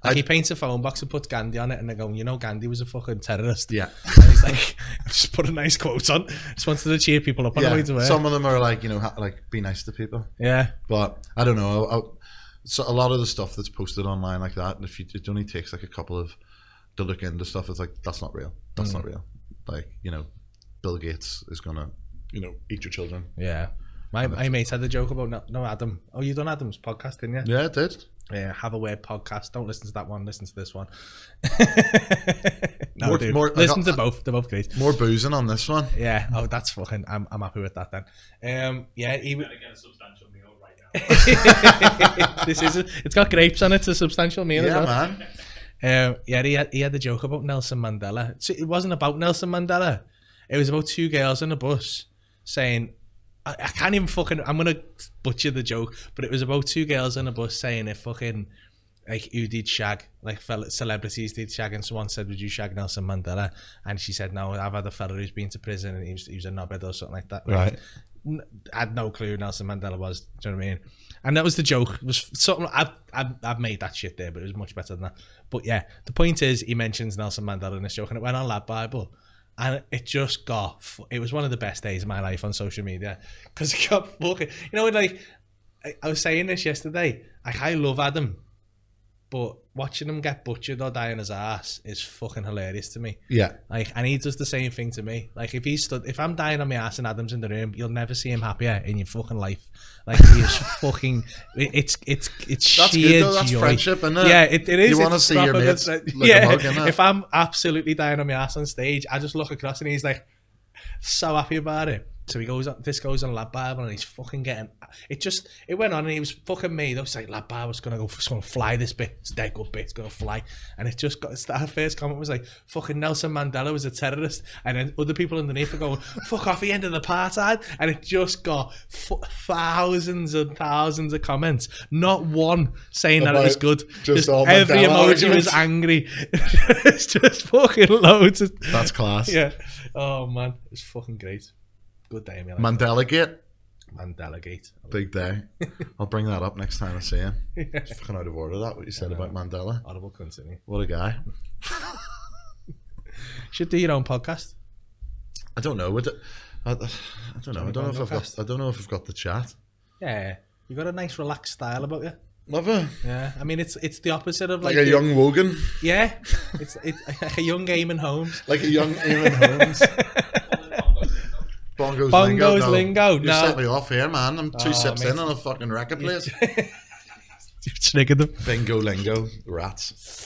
Speaker 2: Like
Speaker 3: I-
Speaker 2: he paints a phone box and puts Gandhi on it, and they're going, "You know, Gandhi was a fucking terrorist."
Speaker 3: Yeah.
Speaker 2: And he's like, "Just put a nice quote on. Just wanted to cheer people up on the way
Speaker 3: yeah.
Speaker 2: to work."
Speaker 3: Some of them are like, you know, ha- like, be nice to people.
Speaker 2: yeah,
Speaker 3: But I don't know. I, I, so a lot of the stuff that's posted online like that, if you, it only takes like a couple of to look into stuff, it's like that's not real. That's not real. Like you know, Bill Gates is gonna you know eat your children.
Speaker 2: yeah. My, my mate had a joke about no, no Adam. Oh, you done Adam's podcast, didn't you?
Speaker 3: Yeah, it did.
Speaker 2: Yeah, have a weird podcast. Don't listen to that one. Listen to this one. no,
Speaker 3: More-
Speaker 2: dude.
Speaker 3: more- I
Speaker 2: listen
Speaker 3: got-
Speaker 2: to both. They're both great.
Speaker 3: More boozing on this one.
Speaker 2: Yeah. Oh, that's fucking. I'm, I'm happy with that then. Um. Yeah. He, w-
Speaker 4: Gotta get a substantial meal right now.
Speaker 2: this is. A, it's got grapes on it. It's a substantial meal.
Speaker 3: Yeah,
Speaker 2: as well.
Speaker 3: man.
Speaker 2: Um, yeah. He had, he had the joke about Nelson Mandela. So it wasn't about Nelson Mandela. It was about two girls in a bus saying, I, "I can't even fucking." I'm gonna butcher the joke, but it was about two girls in a bus saying if fucking like who did shag, like fel- celebrities did shag, and someone said, "Would you shag Nelson Mandela?" And she said, "No, I've had a fella who's been to prison and he was, he was a knobhead or something like that."
Speaker 3: Right.
Speaker 2: N- I had no clue who Nelson Mandela was. Do you know what I mean? And that was the joke. It was something I've, I've I've made that shit there, but it was much better than that. But yeah, the point is, he mentions Nelson Mandela in this joke, and it went on Lad Bible, and it just got. f- It was one of the best days of my life on social media because it got fucking. You know, like I, I was saying this yesterday. Like I love Adam, but watching him get butchered or die on his ass is fucking hilarious to me.
Speaker 3: Yeah.
Speaker 2: Like, and he does the same thing to me. Like, if he stood, if I'm dying on my ass and Adam's in the room, you'll never see him happier in your fucking life. Like, he is fucking. it- It's it's it's
Speaker 3: That's
Speaker 2: sheer
Speaker 3: good though. That's
Speaker 2: joy.
Speaker 3: friendship, isn't it?
Speaker 2: Yeah, it, it is.
Speaker 3: You wanna
Speaker 2: It's
Speaker 3: see your
Speaker 2: proper good
Speaker 3: mates
Speaker 2: friend-
Speaker 3: look
Speaker 2: yeah.
Speaker 3: amok, innit?
Speaker 2: if I'm absolutely dying on my ass on stage, I just look across and he's like, so happy about it. So he goes on. This goes on Lab Bible, and he's fucking getting. It just it went on, and he was fucking made. I was like, Lab Bible's gonna go. It's gonna fly this bit. It's a dead good bit. It's gonna fly. And it just got. It's, our first comment was like, fucking Nelson Mandela was a terrorist, and then other people underneath are going, fuck off, he ended apartheid, and it just got fu- thousands and thousands of comments. Not one saying that it was
Speaker 3: About
Speaker 2: good.
Speaker 3: just
Speaker 2: Just,
Speaker 3: all
Speaker 2: every
Speaker 3: Mandela
Speaker 2: emoji was
Speaker 3: arguments.
Speaker 2: angry. it's just fucking loads. Of,
Speaker 3: That's class.
Speaker 2: yeah. Oh man, it's fucking great. Good day, man.
Speaker 3: Mandela Gate.
Speaker 2: And delegate.
Speaker 3: Big day. I'll bring that up next time I see him. It's fucking out of order that what you said about Mandela.
Speaker 2: Audible continue.
Speaker 3: What a guy.
Speaker 2: Should do your own podcast.
Speaker 3: I don't know. Would it- I, I don't know. I don't know if I've got.
Speaker 2: Podcast.
Speaker 3: I don't know if I've got the chat.
Speaker 2: Yeah. You got a nice relaxed style about you.
Speaker 3: Love her.
Speaker 2: Yeah. I mean, it's it's the opposite of like,
Speaker 3: Like a young Wogan,
Speaker 2: Yeah. It's it's like a young Eamon Holmes.
Speaker 3: like a young Eamon Holmes. Bongos,
Speaker 2: Bongos
Speaker 3: lingo.
Speaker 2: lingo,
Speaker 3: You
Speaker 2: no.
Speaker 3: set me off here, man. I'm two
Speaker 2: Oh,
Speaker 3: sips in
Speaker 2: mate.
Speaker 3: on a fucking record place.
Speaker 2: You've triggered them.
Speaker 3: Bingo lingo, rats.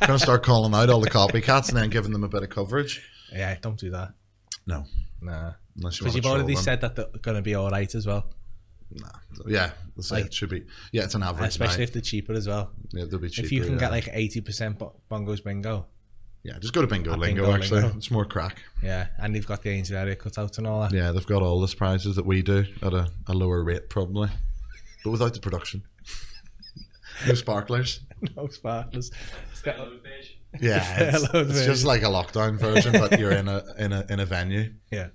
Speaker 3: Gonna start calling out all the copycats and then giving them a bit of coverage.
Speaker 2: Yeah. Don't do that.
Speaker 3: No,
Speaker 2: Nah.
Speaker 3: unless
Speaker 2: Because
Speaker 3: you want
Speaker 2: you've
Speaker 3: to
Speaker 2: already
Speaker 3: them.
Speaker 2: said that they're going to be all right as well,
Speaker 3: Yeah, that's it.
Speaker 2: Like-
Speaker 3: it. Should be. Yeah, it's an average.
Speaker 2: especially
Speaker 3: night.
Speaker 2: if they're cheaper as well.
Speaker 3: yeah, they'll be cheaper.
Speaker 2: if you can
Speaker 3: yeah.
Speaker 2: get like eighty percent bongos bingo,
Speaker 3: yeah, just go to bingo lingo.
Speaker 2: Bingo
Speaker 3: actually,
Speaker 2: Lingo.
Speaker 3: it's more crack.
Speaker 2: yeah, and they've got the angel area cut out and all that.
Speaker 3: Yeah, they've got all the prizes that we do at a, a lower rate, probably, but without the production. No sparklers.
Speaker 2: no sparklers. It's got-
Speaker 4: Hello, fish.
Speaker 3: Yeah, it's,
Speaker 2: Hello,
Speaker 3: it's just like a lockdown version, but you're in a in a in a venue.
Speaker 2: Yeah.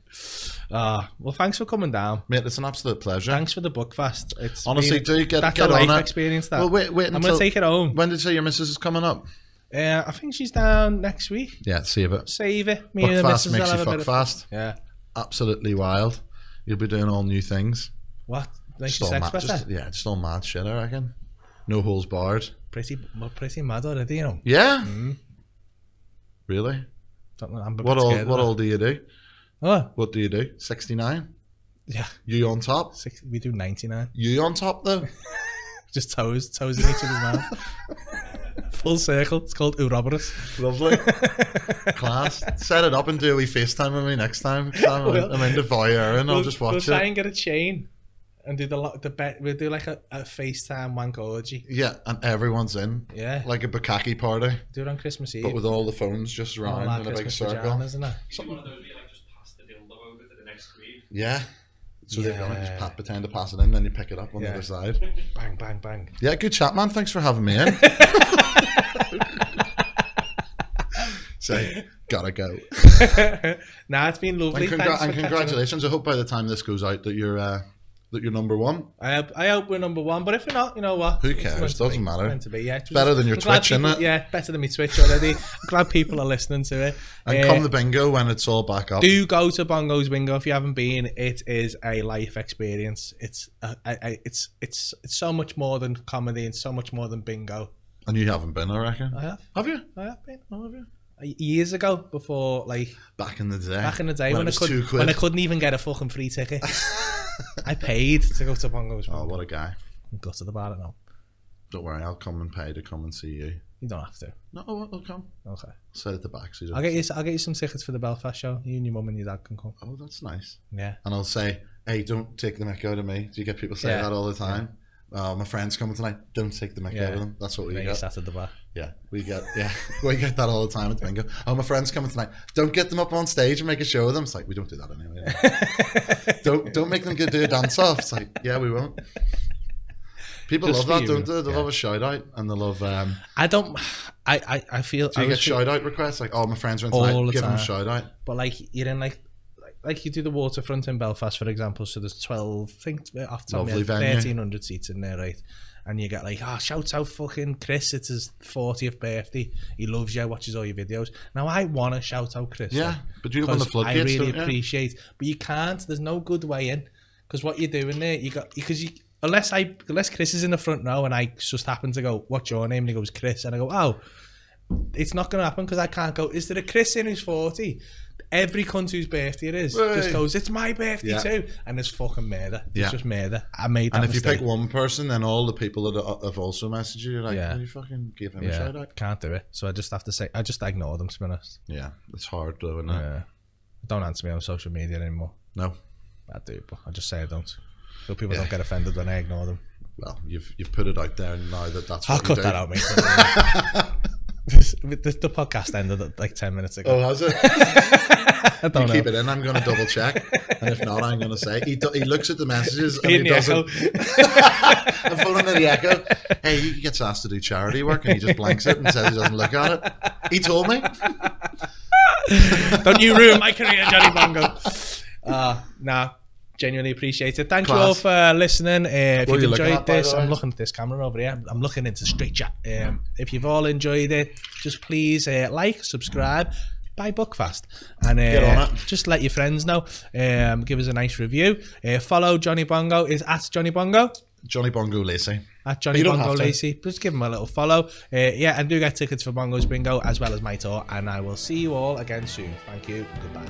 Speaker 2: Ah, well, thanks for coming down.
Speaker 3: Mate, it's an absolute pleasure.
Speaker 2: Thanks for the book fast. It's
Speaker 3: Honestly,
Speaker 2: been-
Speaker 3: do get
Speaker 2: that's
Speaker 3: get
Speaker 2: a
Speaker 3: on
Speaker 2: life
Speaker 3: it.
Speaker 2: experience. That
Speaker 3: Well, wait, wait
Speaker 2: I'm
Speaker 3: until-
Speaker 2: gonna take it home.
Speaker 3: When did you say your missus is coming up?
Speaker 2: Uh, I think she's down next week.
Speaker 3: Yeah, save it.
Speaker 2: Save it. Me
Speaker 3: Fuck
Speaker 2: and the
Speaker 3: fast
Speaker 2: missus
Speaker 3: makes
Speaker 2: will
Speaker 3: you
Speaker 2: have a
Speaker 3: fuck
Speaker 2: bit of-
Speaker 3: fast.
Speaker 2: Yeah.
Speaker 3: Absolutely wild. You'll be doing all new things.
Speaker 2: What? Like
Speaker 3: Just all
Speaker 2: sex eh?
Speaker 3: mad,
Speaker 2: better?
Speaker 3: just, yeah, just all mad shit. I reckon. No holes barred.
Speaker 2: Pretty, well, pretty mad already. You know.
Speaker 3: Yeah. Really?
Speaker 2: Don't know, Mm-hmm. I'm a bit
Speaker 3: What all?
Speaker 2: scared of
Speaker 3: What
Speaker 2: that.
Speaker 3: all do you do?
Speaker 2: Oh,
Speaker 3: What do you do? Sixty nine.
Speaker 2: Yeah,
Speaker 3: You on top?
Speaker 2: six, we do 99.
Speaker 3: You on top though?
Speaker 2: Just toes, toes in each other's mouth. Full circle. It's called Ouroboros.
Speaker 3: Lovely. Class. Set it up and do a wee FaceTime with me next time. Sam, I'm,
Speaker 2: We'll-
Speaker 3: I'm into voyeur and I'll
Speaker 2: We'll-
Speaker 3: just
Speaker 2: We'll
Speaker 3: watch
Speaker 2: try
Speaker 3: it.
Speaker 2: and get a chain and do the lo- the bet. We'll do like a, a FaceTime wank orgy.
Speaker 3: Yeah, and everyone's in.
Speaker 2: Yeah,
Speaker 3: Like a bukkake party,
Speaker 2: do it on Christmas Eve.
Speaker 3: but with all the phones just
Speaker 2: All
Speaker 3: around
Speaker 2: our
Speaker 3: in a big
Speaker 2: Christmas
Speaker 3: circle.
Speaker 2: pajamas and that.
Speaker 4: Should be one of those where you like just pass the dildo over to the next screen.
Speaker 3: Yeah. So they like, just
Speaker 2: Yeah.
Speaker 3: pat, pretend to pass it in, then you pick it up on
Speaker 2: Yeah.
Speaker 3: the other side.
Speaker 2: Bang, bang, bang.
Speaker 3: Yeah, good chat, man. Thanks for having me in. Say, gotta go.
Speaker 2: nah, it's been lovely.
Speaker 3: And,
Speaker 2: Thanks for
Speaker 3: congr- and
Speaker 2: catching up.
Speaker 3: congratulations. I hope by the time this goes out that you're uh, that you're number one.
Speaker 2: I hope, I hope we're number one, but if we're not, you know what?
Speaker 3: Who
Speaker 2: It's
Speaker 3: cares?
Speaker 2: meant to
Speaker 3: Doesn't
Speaker 2: be.
Speaker 3: matter.
Speaker 2: It's meant to be, yeah. It's
Speaker 3: Better
Speaker 2: just-
Speaker 3: than your
Speaker 2: I'm glad
Speaker 3: Twitch,
Speaker 2: people-
Speaker 3: innit?
Speaker 2: Yeah, better than my Twitch already. I'm glad people are listening to it.
Speaker 3: And
Speaker 2: Uh,
Speaker 3: come the bingo when it's all back up.
Speaker 2: do go to Bongo's Bingo if you haven't been. It is a life experience. It's a, I I- it's it's it's so much more than comedy and so much more than bingo.
Speaker 3: and you haven't been, I reckon.
Speaker 2: I have,
Speaker 3: Have you?
Speaker 2: I have been. I have been. Years ago, before like
Speaker 3: Back in the day.
Speaker 2: back in the day
Speaker 3: when,
Speaker 2: when,
Speaker 3: it
Speaker 2: I
Speaker 3: was two
Speaker 2: could
Speaker 3: quid.
Speaker 2: when I couldn't even get a fucking free ticket, I paid to go to Bongo's. Bingo.
Speaker 3: Oh, what a guy.
Speaker 2: Go to the bar now.
Speaker 3: Don't worry, I'll come and pay to come and see you.
Speaker 2: You don't have to.
Speaker 3: No, I'll I'll come.
Speaker 2: Okay.
Speaker 3: Sit at the back. So you
Speaker 2: I'll
Speaker 3: don't...
Speaker 2: get you. I'll get you some tickets for the Belfast show. You and your mum and your dad can come.
Speaker 3: Oh, that's nice.
Speaker 2: Yeah.
Speaker 3: and I'll say, "Hey, don't take the mick out of me." Do you get people say
Speaker 2: Yeah.
Speaker 3: that all the time? Oh, my friend's coming tonight. Don't take the mick
Speaker 2: Yeah.
Speaker 3: out of them. That's what we
Speaker 2: Then you
Speaker 3: get.
Speaker 2: sat at the bar.
Speaker 3: Yeah, we get. Yeah, we get that all the time at the bingo. Oh, my friend's coming tonight. Don't get them up on stage and make a show of them. It's like we don't do that anyway. don't don't make them go do a dance off. It's like yeah, we won't. People
Speaker 2: Just for
Speaker 3: love that,
Speaker 2: you.
Speaker 3: don't they? They
Speaker 2: Yeah.
Speaker 3: love a shout out and they love. Um,
Speaker 2: I don't. I I, I feel.
Speaker 3: do
Speaker 2: I
Speaker 3: you get
Speaker 2: was feel-
Speaker 3: shout out requests? Like, oh, my friend's in
Speaker 2: All
Speaker 3: tonight.
Speaker 2: the
Speaker 3: Give them a
Speaker 2: time.
Speaker 3: shout out.
Speaker 2: But like you're in like like, like you do the waterfront in Belfast, for example. So there's twelve, I think uh, off the top
Speaker 3: Lovely venue.
Speaker 2: thirteen hundred seats in there, right? And you get like, oh, shout out fucking Chris! It's his fortieth birthday. He loves you. Watches all your videos. Now I want to shout out Chris.
Speaker 3: Yeah,
Speaker 2: like,
Speaker 3: but you open the
Speaker 2: 'cause I
Speaker 3: floodgates,
Speaker 2: really
Speaker 3: don't you?
Speaker 2: appreciate, but you can't. There's no good way in because what you're doing there, you got because you. Unless I, unless Chris is in the front row and I just happen to go, "What's your name?" and he goes, "Chris," and I go, "Oh, it's not going to happen because I can't go. Is there a Chris in who's 40? Every cunt whose birthday it is
Speaker 3: Hey.
Speaker 2: just goes, it's my birthday
Speaker 3: Yeah.
Speaker 2: too. And it's fucking murder.
Speaker 3: Yeah.
Speaker 2: It's just murder. I made that
Speaker 3: And if you
Speaker 2: mistake.
Speaker 3: pick one person, then all the people that are- have also messaged you, you're like,
Speaker 2: Yeah.
Speaker 3: "Can you fucking give him a shout
Speaker 2: yeah,
Speaker 3: out?
Speaker 2: can't do it. So I just have to say, I just ignore them, to be honest.
Speaker 3: Yeah, it's hard though, isn't it?
Speaker 2: Yeah. Don't answer me on social media anymore.
Speaker 3: No.
Speaker 2: I do, but I just say I don't. So people
Speaker 3: Yeah.
Speaker 2: don't get offended when I ignore them.
Speaker 3: Well, you've you've put it out there and now that that's what
Speaker 2: I'll
Speaker 3: you
Speaker 2: cut
Speaker 3: do.
Speaker 2: that out, mate. This- the, the podcast ended at, like 10 minutes ago.
Speaker 3: Oh, has it?
Speaker 2: I don't know.
Speaker 3: Keep it in. I'm going to double check, and if not, I'm going to say he, do- he looks at the messages and he
Speaker 2: In the echo.
Speaker 3: doesn't. I'm phoning the echo. Hey, he gets asked to do charity work and he just blanks it and says he doesn't look at it. He told me.
Speaker 2: Don't you ruin my career, Johnny Bongo. Uh, nah, genuinely appreciate it. Thank you all
Speaker 3: Class.
Speaker 2: for listening. Uh, if you've
Speaker 3: What are you looking
Speaker 2: enjoyed
Speaker 3: at, by the
Speaker 2: this,
Speaker 3: way?
Speaker 2: I'm looking at this camera over here. I'm looking into straight chat. Um, if you've all enjoyed it, just please uh, like, subscribe, buy Bookfast, and uh,
Speaker 3: on it.
Speaker 2: just let your friends know. Um, give us a nice review. Uh, follow Johnny Bongo is at Johnny Bongo
Speaker 3: Johnny Bongo Lacey.
Speaker 2: at Johnny
Speaker 3: You don't
Speaker 2: Bongo
Speaker 3: have to.
Speaker 2: Lacey. Just give him a little follow. Uh, yeah, and do get tickets for Bongo's Bingo as well as my tour. And I will see you all again soon. Thank you. Goodbye.